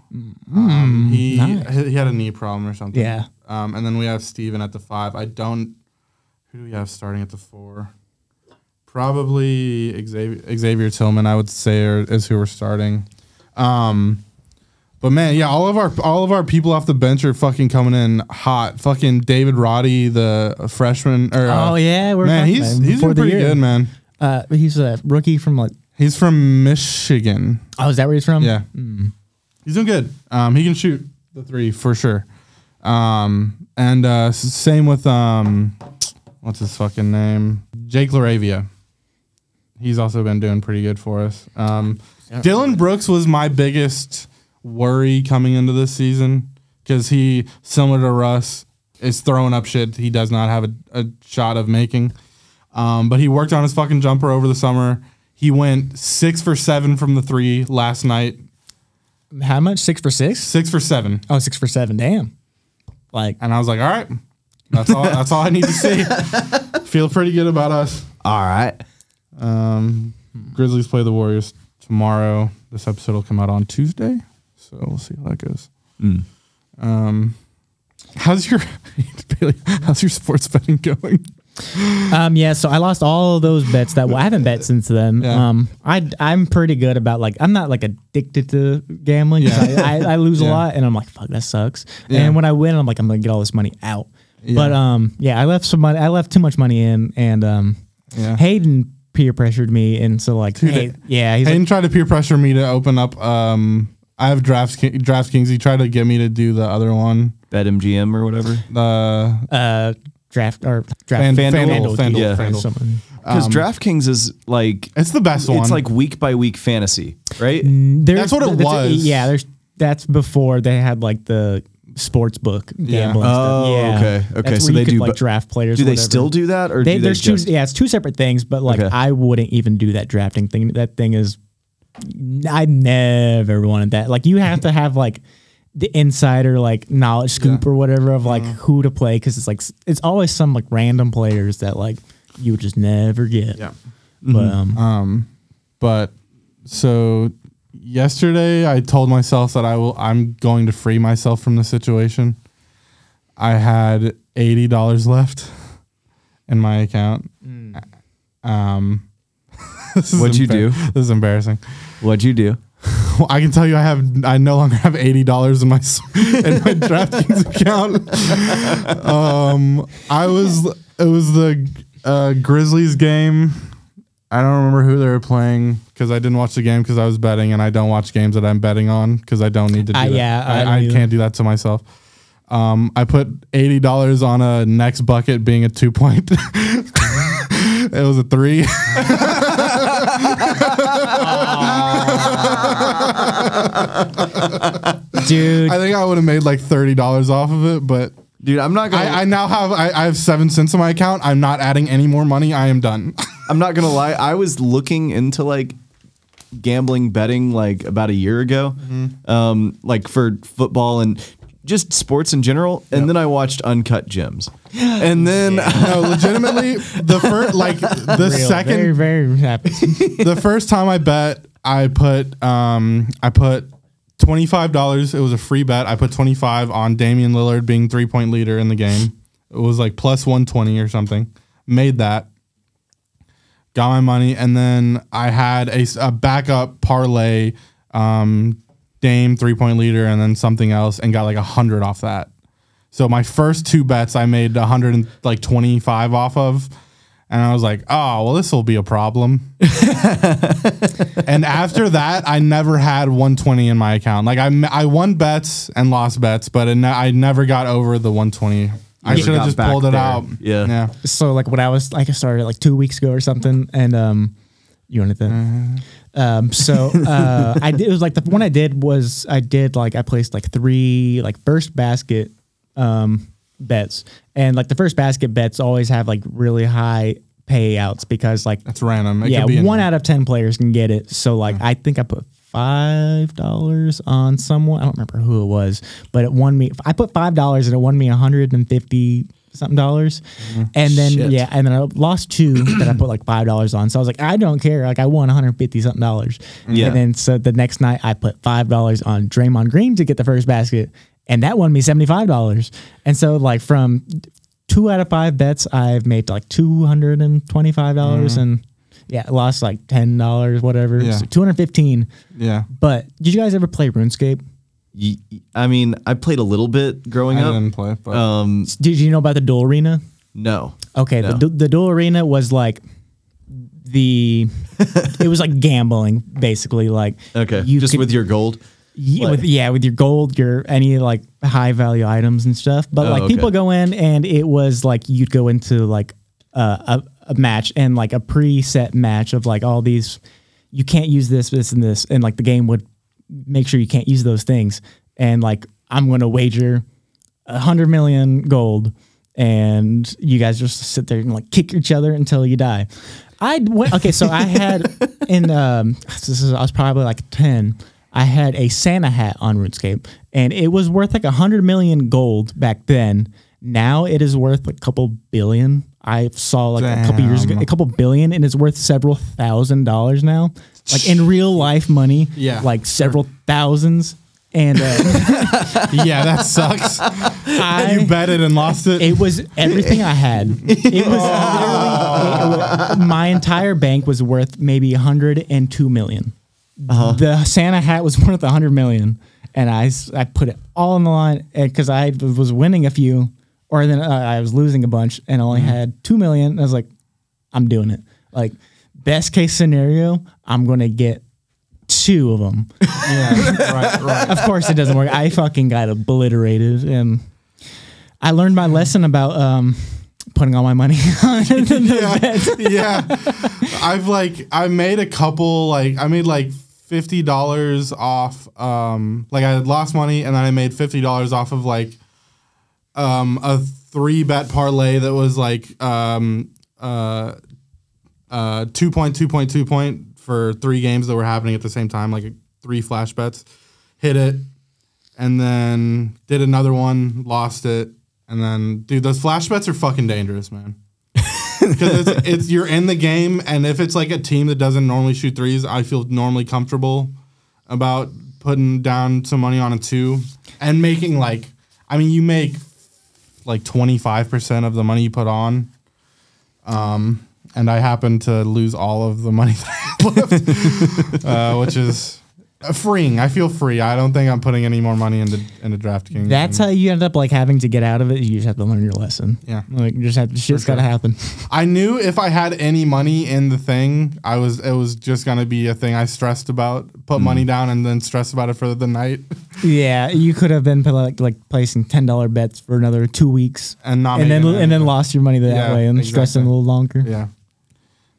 Speaker 3: um, he
Speaker 5: Mm, nice.
Speaker 3: he had a knee problem or something.
Speaker 5: Yeah.
Speaker 3: Um, and then we have Steven at the five. I don't. Who do we have starting at the four? Probably Xavier, Xavier Tillman. I would say are, is who we're starting. Um, but man, yeah, all of our all of our people off the bench are fucking coming in hot. Fucking David Roddy, the freshman. Or, uh,
Speaker 5: Oh, yeah. We're
Speaker 3: man,
Speaker 5: talking
Speaker 3: he's
Speaker 5: about him
Speaker 3: he's
Speaker 5: before
Speaker 3: been
Speaker 5: the
Speaker 3: pretty
Speaker 5: year.
Speaker 3: good, man.
Speaker 5: Uh, he's a rookie from, like,
Speaker 3: He's from Michigan.
Speaker 5: oh, is that where he's from?
Speaker 3: Yeah. He's doing good. Um, he can shoot the three for sure. Um, and uh, s- same with um, what's his fucking name? Jake Laravia. He's also been doing pretty good for us. Um, Dylan Brooks was my biggest worry coming into this season because he, similar to Russ, is throwing up shit he does not have a, a shot of making. Um, but he worked on his fucking jumper over the summer. He went six for seven from the three last night
Speaker 5: How much? Six for six?
Speaker 3: six for seven.
Speaker 5: Oh, six for seven. Damn. Like,
Speaker 3: And I was like, all right, that's all. that's all I need to
Speaker 4: (laughs)
Speaker 3: see. Feel pretty good about us.
Speaker 4: All right.
Speaker 3: Um, Grizzlies play the Warriors tomorrow. This episode will come out on Tuesday, so we'll see how that goes.
Speaker 4: Hmm.
Speaker 3: Um, how's your (laughs) Bailey, how's your sports betting going?
Speaker 5: Um, yeah, so I lost all of those bets that well, I haven't bet since then.
Speaker 3: Yeah.
Speaker 5: Um, I I'm pretty good about like I'm not like addicted to gambling. 'cause I, I, I lose a
Speaker 3: Yeah.
Speaker 5: lot and I'm like fuck that sucks.
Speaker 3: Yeah.
Speaker 5: And when I win, I'm like I'm gonna get all this money out. But um, yeah, I left some money. I left too much money in, and um,
Speaker 3: Yeah.
Speaker 5: Hayden peer pressured me, and so like hey, yeah, he's
Speaker 3: Hayden
Speaker 5: like,
Speaker 3: tried to peer pressure me to open up. Um, I have drafts DraftKings. He tried to get me to do the other one.
Speaker 4: Bet MGM or whatever.
Speaker 3: The
Speaker 5: uh draft or
Speaker 3: Fan-
Speaker 5: draft
Speaker 3: FanDuel, FanDuel,
Speaker 4: yeah.
Speaker 3: FanDuel.
Speaker 5: something.
Speaker 4: Because DraftKings is like
Speaker 3: it's the best one.
Speaker 4: it's like week by week fantasy, right?
Speaker 5: There's,
Speaker 3: That's what it was.
Speaker 5: yeah, there's that's before they had like the sports book gambling.
Speaker 4: Oh,
Speaker 5: stuff. Yeah.
Speaker 4: okay. Okay,
Speaker 5: That's
Speaker 4: so
Speaker 5: where
Speaker 4: they
Speaker 5: you could,
Speaker 4: do
Speaker 5: like
Speaker 4: bo-
Speaker 5: draft players.
Speaker 4: Do
Speaker 5: or
Speaker 4: they
Speaker 5: whatever.
Speaker 4: still do that, or
Speaker 5: They,
Speaker 4: do they
Speaker 5: there's
Speaker 4: just
Speaker 5: two. Yeah, it's two separate things, but like
Speaker 4: Okay.
Speaker 5: I wouldn't even do that drafting thing. That thing is, I never wanted that. Like you have to have like the insider like knowledge scoop or whatever of like
Speaker 4: Mm-hmm.
Speaker 5: who to play because it's like s- it's always some like random players that like you would just never get.
Speaker 3: Yeah.
Speaker 5: But
Speaker 4: Mm-hmm.
Speaker 5: um,
Speaker 3: but so yesterday I told myself that I will I'm going to free myself from the situation. I had eighty dollars left in my account. Um, (laughs) this is
Speaker 4: Mm. What'd you do?
Speaker 3: This is embarrassing.
Speaker 4: What'd you do?
Speaker 3: Well, I can tell you I have I no longer have eighty dollars in my s- in
Speaker 5: (laughs)
Speaker 3: my DraftKings account. Um, I was it was the uh, Grizzlies game. I don't remember who they were playing because I didn't watch the game because I was betting, and I don't watch games that I'm betting on because I don't need to. Do
Speaker 5: Uh,
Speaker 3: that.
Speaker 5: yeah, I don't
Speaker 3: I, I,
Speaker 5: either.
Speaker 3: can't do that to myself. Um, I put eighty dollars on a next bucket being a two point. (laughs) it was a three. (laughs)
Speaker 5: dude,
Speaker 4: Uh,
Speaker 3: I think I would have made like thirty dollars off of it, but
Speaker 4: Dude, I'm not gonna.
Speaker 3: I, I now have I, I have seven cents in my account. I'm not adding any more money. I am done. (laughs)
Speaker 4: I'm not gonna lie. I was looking into like gambling betting like about a year ago,
Speaker 3: Mm-hmm.
Speaker 4: um, like for football and just sports in general. And then I watched Uncut Gems, and then
Speaker 3: no, legitimately, the first like the
Speaker 5: real, very
Speaker 3: second
Speaker 5: very happy.
Speaker 3: the first time I bet, I put um I put twenty five dollars. It was a free bet. I put twenty five on Damian Lillard being three point leader in the game. It was like plus one twenty or something. Made that. Got my money, and then I had a, s- a backup parlay, um, Dame three point leader, and then something else, and got like a hundred off that. So my first two bets I made a hundred and like twenty five off of, And I was like, oh, well, this will be
Speaker 2: (laughs)
Speaker 3: a problem. and after that, I never had 120 in my account. Like, I, m- I won bets and lost bets, but it ne- I never got over the 120. I
Speaker 2: Never
Speaker 3: should have
Speaker 2: got
Speaker 3: just
Speaker 2: back
Speaker 3: pulled it
Speaker 2: there.
Speaker 3: out.
Speaker 4: Yeah.
Speaker 3: Yeah.
Speaker 5: so like when I was like I started like two weeks ago or something, and um, you wanted that. Um, so uh, I did. It was like the one I did was I did like I placed like three like first basket um bets, and like the first basket bets always have like really high payouts because like
Speaker 3: It's random. It
Speaker 5: yeah,
Speaker 3: could be
Speaker 5: one
Speaker 3: anything.
Speaker 5: out of ten players can get it. So like I think I put five dollars on someone. I don't remember who it was, but it won me. I put five dollars and it won me hundred and fifty something dollars.
Speaker 3: Mm-hmm.
Speaker 5: And then
Speaker 4: Shit.
Speaker 5: yeah, and then I lost two that I put like five dollars on. So I was like, I don't care. Like I won one hundred fifty something dollars.
Speaker 4: Yeah.
Speaker 5: And then so the next night I put five dollars on Draymond Green to get the first basket. And that won me seventy five dollars, and so like from two out of five bets, I've made like two hundred and twenty five dollars,
Speaker 4: Mm-hmm.
Speaker 5: and yeah, I lost like ten dollars, whatever,
Speaker 3: Yeah.
Speaker 5: so two hundred fifteen.
Speaker 3: Yeah.
Speaker 5: But did you guys ever play RuneScape?
Speaker 4: (laughs) Y- I mean, I played a little bit growing
Speaker 3: I
Speaker 4: up.
Speaker 3: didn't play it, but
Speaker 4: Um,
Speaker 5: Did you know about the Duel Arena?
Speaker 4: no.
Speaker 3: Oh,
Speaker 5: Okay,
Speaker 4: No.
Speaker 5: the the, the Duel Arena was like
Speaker 4: (laughs)
Speaker 5: the it was like gambling basically like
Speaker 4: Okay.
Speaker 5: you
Speaker 4: just
Speaker 5: could-
Speaker 4: with your gold.
Speaker 5: Yeah,
Speaker 4: Like-
Speaker 5: with, yeah, with your gold, your any like high value items and stuff. But
Speaker 4: Oh,
Speaker 5: like
Speaker 4: okay.
Speaker 5: people go in, and it was like you'd go into like uh, a, a match and like a preset match of like all these. You can't use this, this, and this, and like the game would make sure you can't use those things. And like I'm gonna wager a hundred million gold, and you guys just sit there and like kick each other until you die. I went okay, so I
Speaker 3: (laughs)
Speaker 5: had in um, this is I was probably like ten. I had a Santa hat on RuneScape, and it was worth like a hundred million gold back then. Now it is worth a couple billion. I saw like a couple years ago,
Speaker 3: Damn.
Speaker 5: a couple billion, and it's worth several thousand dollars now, like in real life money.
Speaker 3: Yeah.
Speaker 5: like several thousands. And uh,
Speaker 3: (laughs) yeah, that sucks.
Speaker 5: I,
Speaker 3: you bet it (laughs) and lost it.
Speaker 5: it was everything I had. It was literally it was- my entire bank was worth maybe 102 million. The Santa hat was (laughs) worth 100 million, and I s- I put it all on the line because I was winning a few, or then uh, I was losing a bunch, and only had two million. And I was like, I'm doing it. Like best case scenario, I'm gonna get two of them.
Speaker 3: yeah, right, right.
Speaker 5: of course it doesn't work. I fucking got obliterated and I learned my lesson about um putting all my money (laughs) on
Speaker 3: yeah, (laughs) yeah. I've like I made a couple like I made like fifty dollars off. Um, like I had lost money and then I made fifty dollars off of like um a three bet parlay that was like um uh uh two point two point two point for three games that were happening at the same time like three flash bets hit it and then did another one lost it and then dude those flash bets are fucking dangerous man because it's, it's you're in the game, and if it's like a team that doesn't normally shoot threes, I feel normally comfortable about putting down some money on a two and making like, I mean, you make like twenty five percent of the money you put on, um, and I happen to lose all of the money (laughs) that I left, uh, which is uh, freeing. I feel free. I don't think I'm putting any more money into into DraftKings.
Speaker 5: That's
Speaker 3: And
Speaker 5: how you end up like having to get out of it. You just have to learn your lesson.
Speaker 3: Yeah.
Speaker 5: Like you just have shit's gotta happen. (laughs)
Speaker 3: I knew if I had any money in the thing, I was it was just gonna be a thing I stressed about, put money down, and then stress about it for the night, (laughs)
Speaker 5: yeah. You could have been like like placing ten dollar bets for another two weeks.
Speaker 3: and not.
Speaker 5: And then,
Speaker 3: making it.
Speaker 5: and then lost your money that
Speaker 3: Yeah,
Speaker 5: way and stressing
Speaker 3: exactly.
Speaker 5: a little longer.
Speaker 3: Yeah.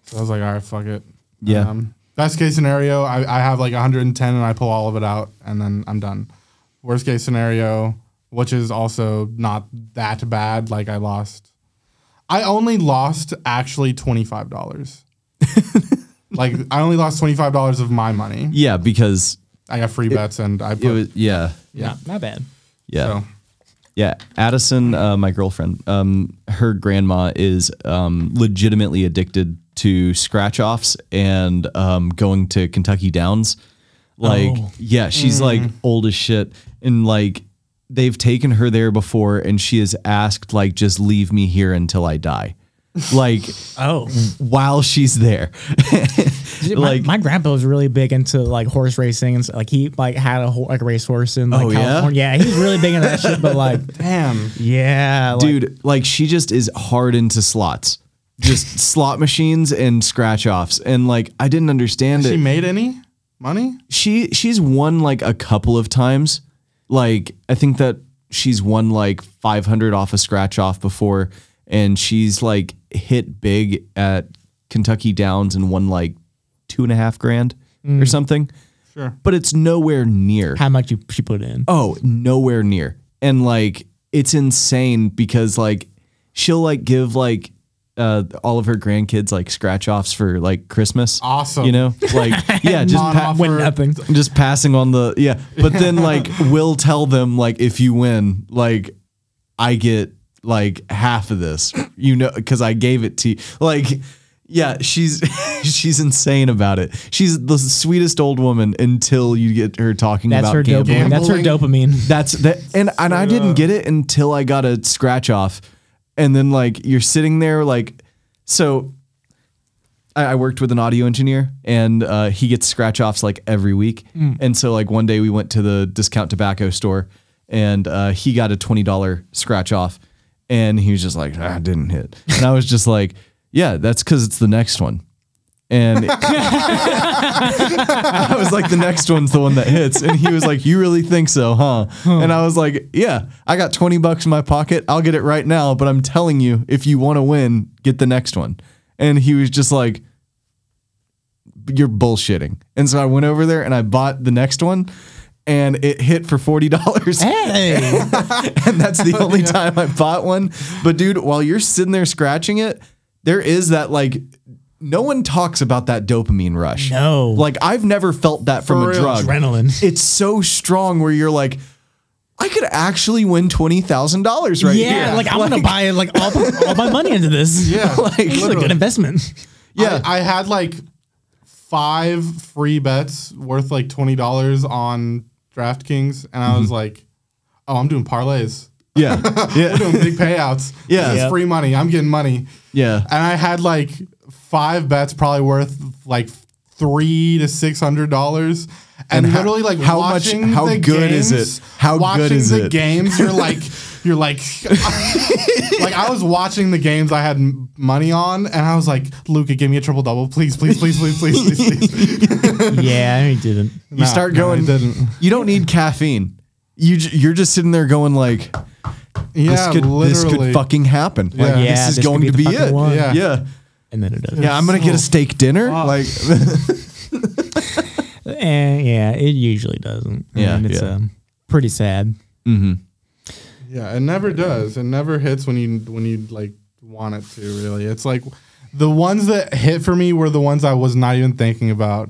Speaker 3: So I was like, all right, fuck it. Um,
Speaker 4: Yeah.
Speaker 3: best case scenario, I, I have like 110 and I pull all of it out, and then I'm done. Worst case scenario, which is also not that bad. Like I lost. I only lost actually twenty five dollars. like I only lost twenty five dollars of my money.
Speaker 4: Yeah, because
Speaker 3: I got free bets and I put,
Speaker 4: it was yeah.
Speaker 3: yeah.
Speaker 5: Not, not bad.
Speaker 4: Yeah.
Speaker 3: So
Speaker 4: Yeah, Addison, uh, my girlfriend, um, her grandma is um, legitimately addicted to scratch offs and um, going to Kentucky Downs. Like,
Speaker 5: Oh.
Speaker 4: yeah, she's like old as shit, and like they've taken her there before, and she has asked like, just leave me here until I die, like (laughs)
Speaker 5: Oh.
Speaker 4: while she's there.
Speaker 5: like my, grandpa was really big into like horse racing and so, like he like had a ho- like a racehorse in like
Speaker 4: Oh, yeah?
Speaker 5: California. Yeah? he was really big into that shit. But like,
Speaker 3: damn.
Speaker 5: yeah, like,
Speaker 4: dude, like she just is hard into slots. just slot machines and scratch offs, and like I didn't understand
Speaker 3: She
Speaker 4: it.
Speaker 3: made any money?
Speaker 4: she she's won like a couple of times. Like I think that she's won like 500 off a scratch off before, and she's like hit big at Kentucky Downs and won like two and a half grand or something.
Speaker 3: Sure.
Speaker 4: But it's nowhere near.
Speaker 5: How much you she put in?
Speaker 4: Oh, nowhere near. And like it's insane because like she'll like give like uh all of her grandkids like scratch offs for like Christmas.
Speaker 3: Awesome.
Speaker 4: You know? Like yeah, just
Speaker 3: On
Speaker 4: pa-
Speaker 3: offer.
Speaker 5: Win nothing.
Speaker 4: just passing on the yeah. But then like we'll tell them like if you win, like I get like half of this. You know cuz I gave it to you. Like yeah, she's (laughs) she's insane about it. She's the sweetest old woman until you get her talking
Speaker 5: That's
Speaker 4: about
Speaker 5: her
Speaker 4: gambling.
Speaker 5: dopamine. That's
Speaker 4: (laughs)
Speaker 5: her dopamine.
Speaker 4: That's that, and and I didn't get it until I got a scratch off, and then like you're sitting there like, so. I, I worked with an audio engineer, and uh, he gets scratch offs like every week, and so like one day we went to the discount tobacco store, and uh, he got a twenty dollar scratch off, and he was just like, I didn't hit, and I was just like, yeah, that's because it's the next one. And (laughs) I was like, the next one's the one that hits. And he was like, You really think so, huh? And I was like, Yeah, I got 20 bucks in my pocket. I'll get it right now. But I'm telling you, if you want to win, get the next one. And he was just like, You're bullshitting. And so I went over there and I bought the next one and it hit for $40.
Speaker 5: Hey,
Speaker 4: (laughs) and that's the only time I bought one. But dude, while you're sitting there scratching it, there is that like no one talks about that dopamine rush.
Speaker 5: No.
Speaker 4: Like I've never felt that from a
Speaker 3: real,
Speaker 4: drug.
Speaker 5: adrenaline.
Speaker 4: It's so strong where you're like, I could actually win twenty thousand dollars right here.
Speaker 5: yeah, like I'm gonna buy like all, all my money into
Speaker 4: (laughs)
Speaker 5: this. (laughs)
Speaker 3: Yeah.
Speaker 4: Like,
Speaker 5: This is a
Speaker 4: (laughs)
Speaker 5: good investment.
Speaker 4: yeah.
Speaker 3: I, I had like five free bets worth like twenty dollars on DraftKings, and I
Speaker 4: Mm-hmm.
Speaker 3: was like, "Oh, I'm doing parlays.
Speaker 4: (laughs) yeah. Yeah.
Speaker 3: We're doing big payouts.
Speaker 4: (laughs) Yeah.
Speaker 3: it's
Speaker 4: Yep.
Speaker 3: free money. I'm getting money."
Speaker 4: Yeah.
Speaker 3: and I had like five bets, probably worth like three to six hundred dollars. And,
Speaker 4: And ho-
Speaker 3: literally, like
Speaker 4: how much-
Speaker 3: watching
Speaker 4: how
Speaker 3: the
Speaker 4: good is
Speaker 3: games-
Speaker 4: it? How good
Speaker 3: watching
Speaker 4: is
Speaker 3: the
Speaker 4: it?
Speaker 3: Games,
Speaker 4: (laughs)
Speaker 3: you're like, you're like, (laughs) like I was watching the games I had m- money on, and I was like, Luca, give me a triple double, please, please, please, please, please, please. please.
Speaker 5: yeah, he didn't.
Speaker 4: (laughs) you start
Speaker 3: no, I
Speaker 4: going.
Speaker 3: didn't.
Speaker 4: You don't need caffeine. You j- you're just sitting there going like
Speaker 3: Yeah,
Speaker 4: this could this
Speaker 3: literally.
Speaker 4: could fucking happen. Like
Speaker 3: Yeah.
Speaker 5: Yeah,
Speaker 4: this is
Speaker 5: this could
Speaker 4: going
Speaker 5: be
Speaker 4: to
Speaker 5: the
Speaker 4: be
Speaker 5: fucking
Speaker 4: it.
Speaker 5: one. Oh.
Speaker 3: Yeah.
Speaker 4: yeah.
Speaker 5: And then it doesn't.
Speaker 4: Yeah, I'm gonna get a steak dinner. Like,
Speaker 5: Eh, yeah, it usually doesn't. I
Speaker 4: Yeah,
Speaker 5: mean, it's
Speaker 4: yeah.
Speaker 5: um, pretty sad.
Speaker 3: Yeah, it never does. It never hits when you when you like want it to. Really, it's like the ones that hit for me were the ones I was not even thinking about.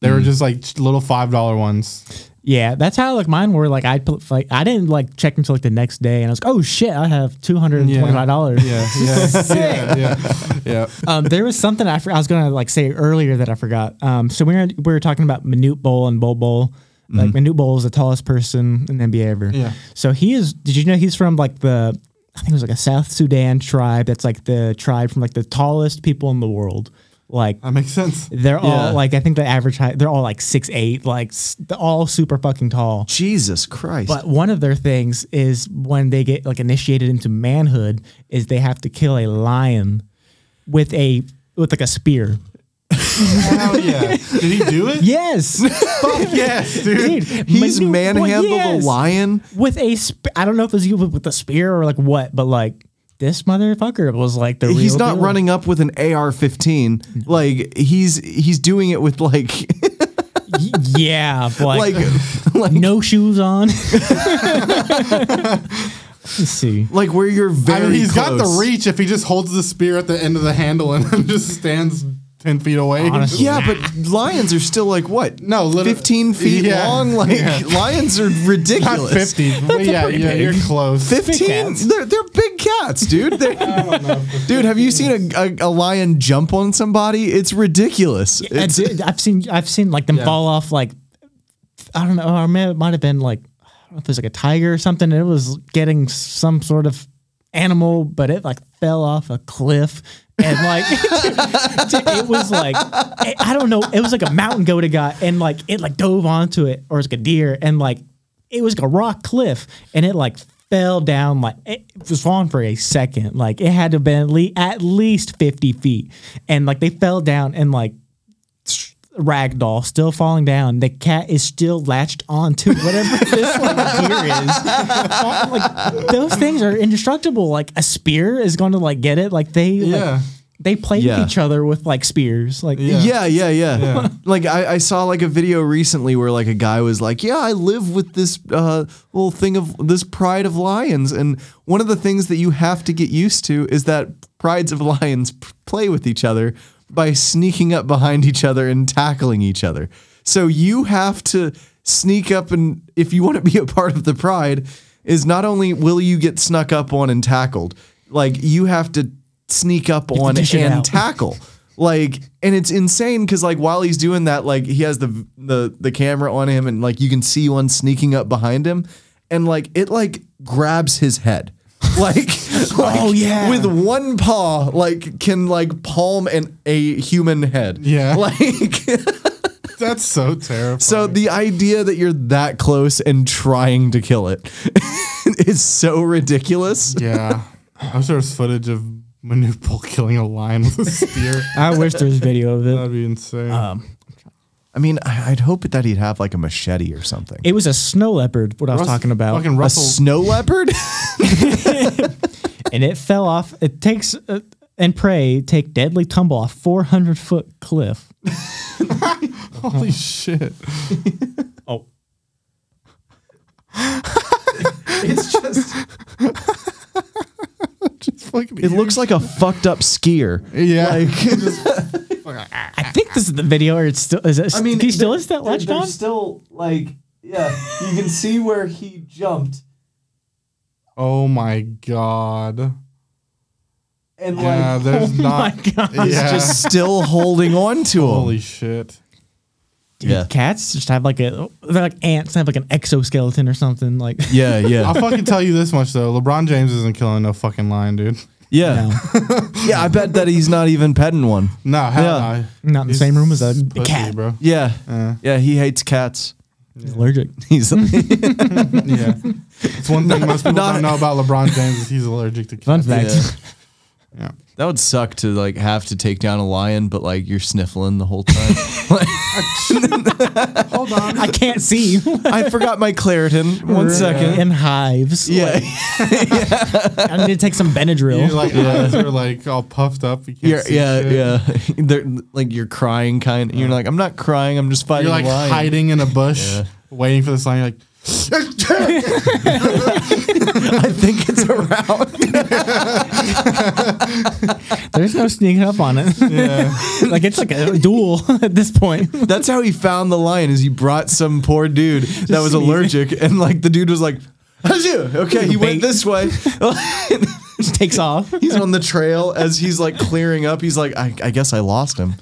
Speaker 3: They were just like ch- little five dollar (laughs) ones.
Speaker 5: Yeah, that's how like mine were. Like I like I didn't like check until like the next day, and I was like, oh shit, I have two hundred and twenty five dollars.
Speaker 3: Yeah,
Speaker 5: (laughs)
Speaker 3: yeah, yeah, yeah, yeah.
Speaker 5: um, there was something I, for- I was gonna like say earlier that I forgot. Um, so we were we were talking about Manute Bowl and Bowl Bowl. Like Manute Bowl is the tallest person in the NBA ever.
Speaker 3: Yeah.
Speaker 5: So he is. Did you know he's from like the I think it was like a South Sudan tribe. That's like the tribe from like the tallest people in the world. Like
Speaker 3: That makes sense.
Speaker 5: they're
Speaker 4: Yeah.
Speaker 5: all like I think the average height. They're all like six eight. Like s- they're all super fucking tall.
Speaker 4: Jesus Christ. (laughs)
Speaker 5: But one of their things is when they get like initiated into manhood is they have to kill a lion with a with like a spear.
Speaker 3: (laughs) Hell yeah! Did he do it?
Speaker 5: Yes.
Speaker 4: Fuck yes,
Speaker 5: (laughs)
Speaker 4: (laughs)
Speaker 5: dude.
Speaker 4: He's
Speaker 5: Manute-
Speaker 4: manhandled
Speaker 5: yes.
Speaker 4: a lion.
Speaker 5: With a sp- I don't know if it was you with with a spear or like what, but like this motherfucker was like the
Speaker 4: He's
Speaker 5: real
Speaker 4: not
Speaker 5: deal.
Speaker 4: running up with an AR-15. Like he's he's doing it with like (laughs)
Speaker 5: Y- Yeah,
Speaker 4: like
Speaker 5: like,
Speaker 4: like
Speaker 5: no
Speaker 4: (laughs)
Speaker 5: shoes on. (laughs) Let's see.
Speaker 4: like where you're
Speaker 3: I
Speaker 4: very.
Speaker 3: mean, he's got the
Speaker 4: close.
Speaker 3: reach if he just holds the spear at the end of the handle and (laughs) just stands ten feet away.
Speaker 5: Honestly.
Speaker 4: Yeah, but lions are still like what?
Speaker 3: No, literally-
Speaker 4: fifteen feet
Speaker 3: Yeah.
Speaker 4: long. Like
Speaker 3: Yeah.
Speaker 4: lions are
Speaker 3: Not
Speaker 4: ridiculous.
Speaker 3: fifty. but yeah, yeah, you're close.
Speaker 4: 15
Speaker 5: cats.
Speaker 4: they're, they're big cats dude
Speaker 3: (laughs)
Speaker 4: They're- (laughs) dude have you seen a, a, a lion jump on somebody it's ridiculous
Speaker 5: I
Speaker 4: it's,
Speaker 5: did- I've seen I've seen like them fall off like I don't know. Or may- it might have been like I don't know if it was like a tiger or something. and It was getting some sort of animal, but it like fell off a cliff. And like (laughs) it was like I I don't know, it was like a mountain goat it got and like it like dove onto it or it's like a deer and like it was like a rock cliff and it like fell down like it was falling for a second. Like it had to have been at least, at least 50 feet. And like they fell down and like ragdoll still falling down. The cat is still latched onto whatever (laughs) this like deer is. Fall- Like those things are indestructible. Like a spear is going to like get it. Like they like,
Speaker 3: Yeah.
Speaker 5: they play
Speaker 4: Yeah.
Speaker 5: with each other with like spears. Like
Speaker 3: Yeah.
Speaker 4: Yeah, yeah, yeah. (laughs) like I, I saw like a video recently where like a guy was like, "Yeah, I live with this uh, little thing of this pride of lions," and one of the things that you have to get used to is that prides of (laughs) lions p- play with each other by sneaking up behind each other and tackling each other. So you have to sneak up and if you want to be a part of the pride, is not only will you get snuck up on and tackled, like you have to sneak up
Speaker 5: have to
Speaker 4: on
Speaker 5: dish it
Speaker 4: and
Speaker 5: out.
Speaker 4: tackle tackle. Like, and it's insane because like while he's doing that, like he has the the the camera on him, and like you can see one sneaking up behind him, and like it like grabs his head. (laughs) Like, like
Speaker 5: Oh, yeah.
Speaker 4: with one paw, like can like palm an a human head.
Speaker 3: Yeah.
Speaker 4: (laughs) Like
Speaker 3: That's so terrifying.
Speaker 4: so the idea that you're that close and trying to kill it (laughs) is so ridiculous.
Speaker 3: yeah, I wish there was footage of Manupal killing a lion with a spear.
Speaker 5: (laughs)
Speaker 3: (laughs)
Speaker 5: I wish there was video of it.
Speaker 3: That'd be insane.
Speaker 5: Um,
Speaker 4: I mean, I, I'd hope that he'd have like a machete or something.
Speaker 5: It was a snow leopard. What I was
Speaker 3: Russ-
Speaker 5: talking about.
Speaker 3: Fucking
Speaker 4: a
Speaker 3: Russell.
Speaker 4: snow leopard?
Speaker 5: (laughs)
Speaker 4: (laughs)
Speaker 5: and it fell off. It takes uh, and prey take deadly tumble off 400 foot cliff.
Speaker 3: Holy shit.
Speaker 5: Oh,
Speaker 4: (laughs) it's just
Speaker 3: Just (laughs) fucking
Speaker 4: It looks like a fucked up skier.
Speaker 3: Yeah.
Speaker 5: I think this is the video. Or it's still is it? I mean, can you still is that latched on?
Speaker 4: still like, yeah, you can see where he jumped,
Speaker 3: oh my god.
Speaker 4: and
Speaker 3: Yeah,
Speaker 5: (laughs)
Speaker 3: there's
Speaker 5: Oh My
Speaker 3: not.
Speaker 5: God,
Speaker 3: yeah.
Speaker 4: just (laughs) still holding on to him.
Speaker 3: Holy shit.
Speaker 5: Dude,
Speaker 4: Yeah.
Speaker 5: cats just have like a they're like ants. They have like an exoskeleton or something. Like (laughs)
Speaker 4: yeah, (laughs)
Speaker 3: I'll
Speaker 4: yeah,
Speaker 3: fucking tell you this much though. LeBron James isn't killing no fucking lion, dude.
Speaker 4: yeah, yeah. I bet that he's not even petting one.
Speaker 3: No, hell
Speaker 4: Yeah.
Speaker 3: no.
Speaker 5: Not in the same room as a
Speaker 3: pussy,
Speaker 5: cat.
Speaker 3: bro.
Speaker 4: Yeah, yeah. He hates cats.
Speaker 5: he's allergic.
Speaker 4: (laughs) He's (laughs)
Speaker 3: Yeah. It's one
Speaker 5: (laughs)
Speaker 3: thing most people
Speaker 4: Not-
Speaker 3: don't know about LeBron James is he's allergic to
Speaker 5: Fun
Speaker 3: cats.
Speaker 5: fact.
Speaker 4: Yeah.
Speaker 3: Yeah.
Speaker 4: that would suck to like have to take down a lion, but like you're sniffling the whole time. Like,
Speaker 3: Hold on.
Speaker 5: I can't see. (laughs)
Speaker 4: I forgot my Claritin. One second.
Speaker 5: In hives.
Speaker 4: Yeah,
Speaker 5: Like, I need to take some Benadryl.
Speaker 3: You're like, eyes are like all puffed up. You can't
Speaker 4: You're,
Speaker 3: see
Speaker 4: (laughs) yeah,
Speaker 3: shit.
Speaker 4: yeah. They're, like you're crying, kind. You're like, I'm not crying. I'm just fighting.
Speaker 3: You're like
Speaker 4: a lion.
Speaker 3: hiding in a bush,
Speaker 4: Yeah.
Speaker 3: waiting for this lion. You're like,
Speaker 4: I think it's around.
Speaker 5: (laughs) There's no sneaking up on it. like it's like a duel at this
Speaker 4: (laughs)
Speaker 5: point.
Speaker 4: That's how he found the lion. Is he brought some poor dude that was
Speaker 5: sneeze.
Speaker 4: allergic, and like the dude was like, "How's you? Okay, he went
Speaker 5: Bait.
Speaker 4: this way." (laughs)
Speaker 5: Just takes off.
Speaker 4: he's on the trail as he's like clearing up. He's like, "I, I guess I lost him."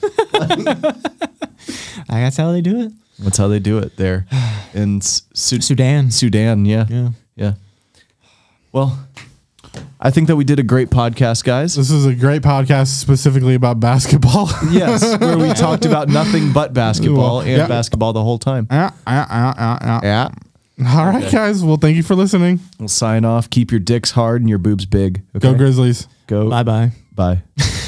Speaker 5: I guess how they do it.
Speaker 4: That's how they do it there in S- Su-
Speaker 5: Sudan.
Speaker 4: Sudan, yeah,
Speaker 5: Yeah.
Speaker 4: yeah. Well, I think that we did a great podcast, guys.
Speaker 3: this is a great podcast specifically about basketball. (laughs)
Speaker 4: yes, where we talked about nothing but basketball and
Speaker 3: Yeah.
Speaker 4: basketball the whole time.
Speaker 3: Ah, ah, ah, ah, ah.
Speaker 4: Yeah.
Speaker 3: All right, guys. Well, thank you for listening.
Speaker 4: We'll sign off. Keep your dicks hard and your boobs big.
Speaker 3: Go
Speaker 4: okay?
Speaker 3: Grizzlies.
Speaker 4: Go.
Speaker 5: Bye bye.
Speaker 4: Bye.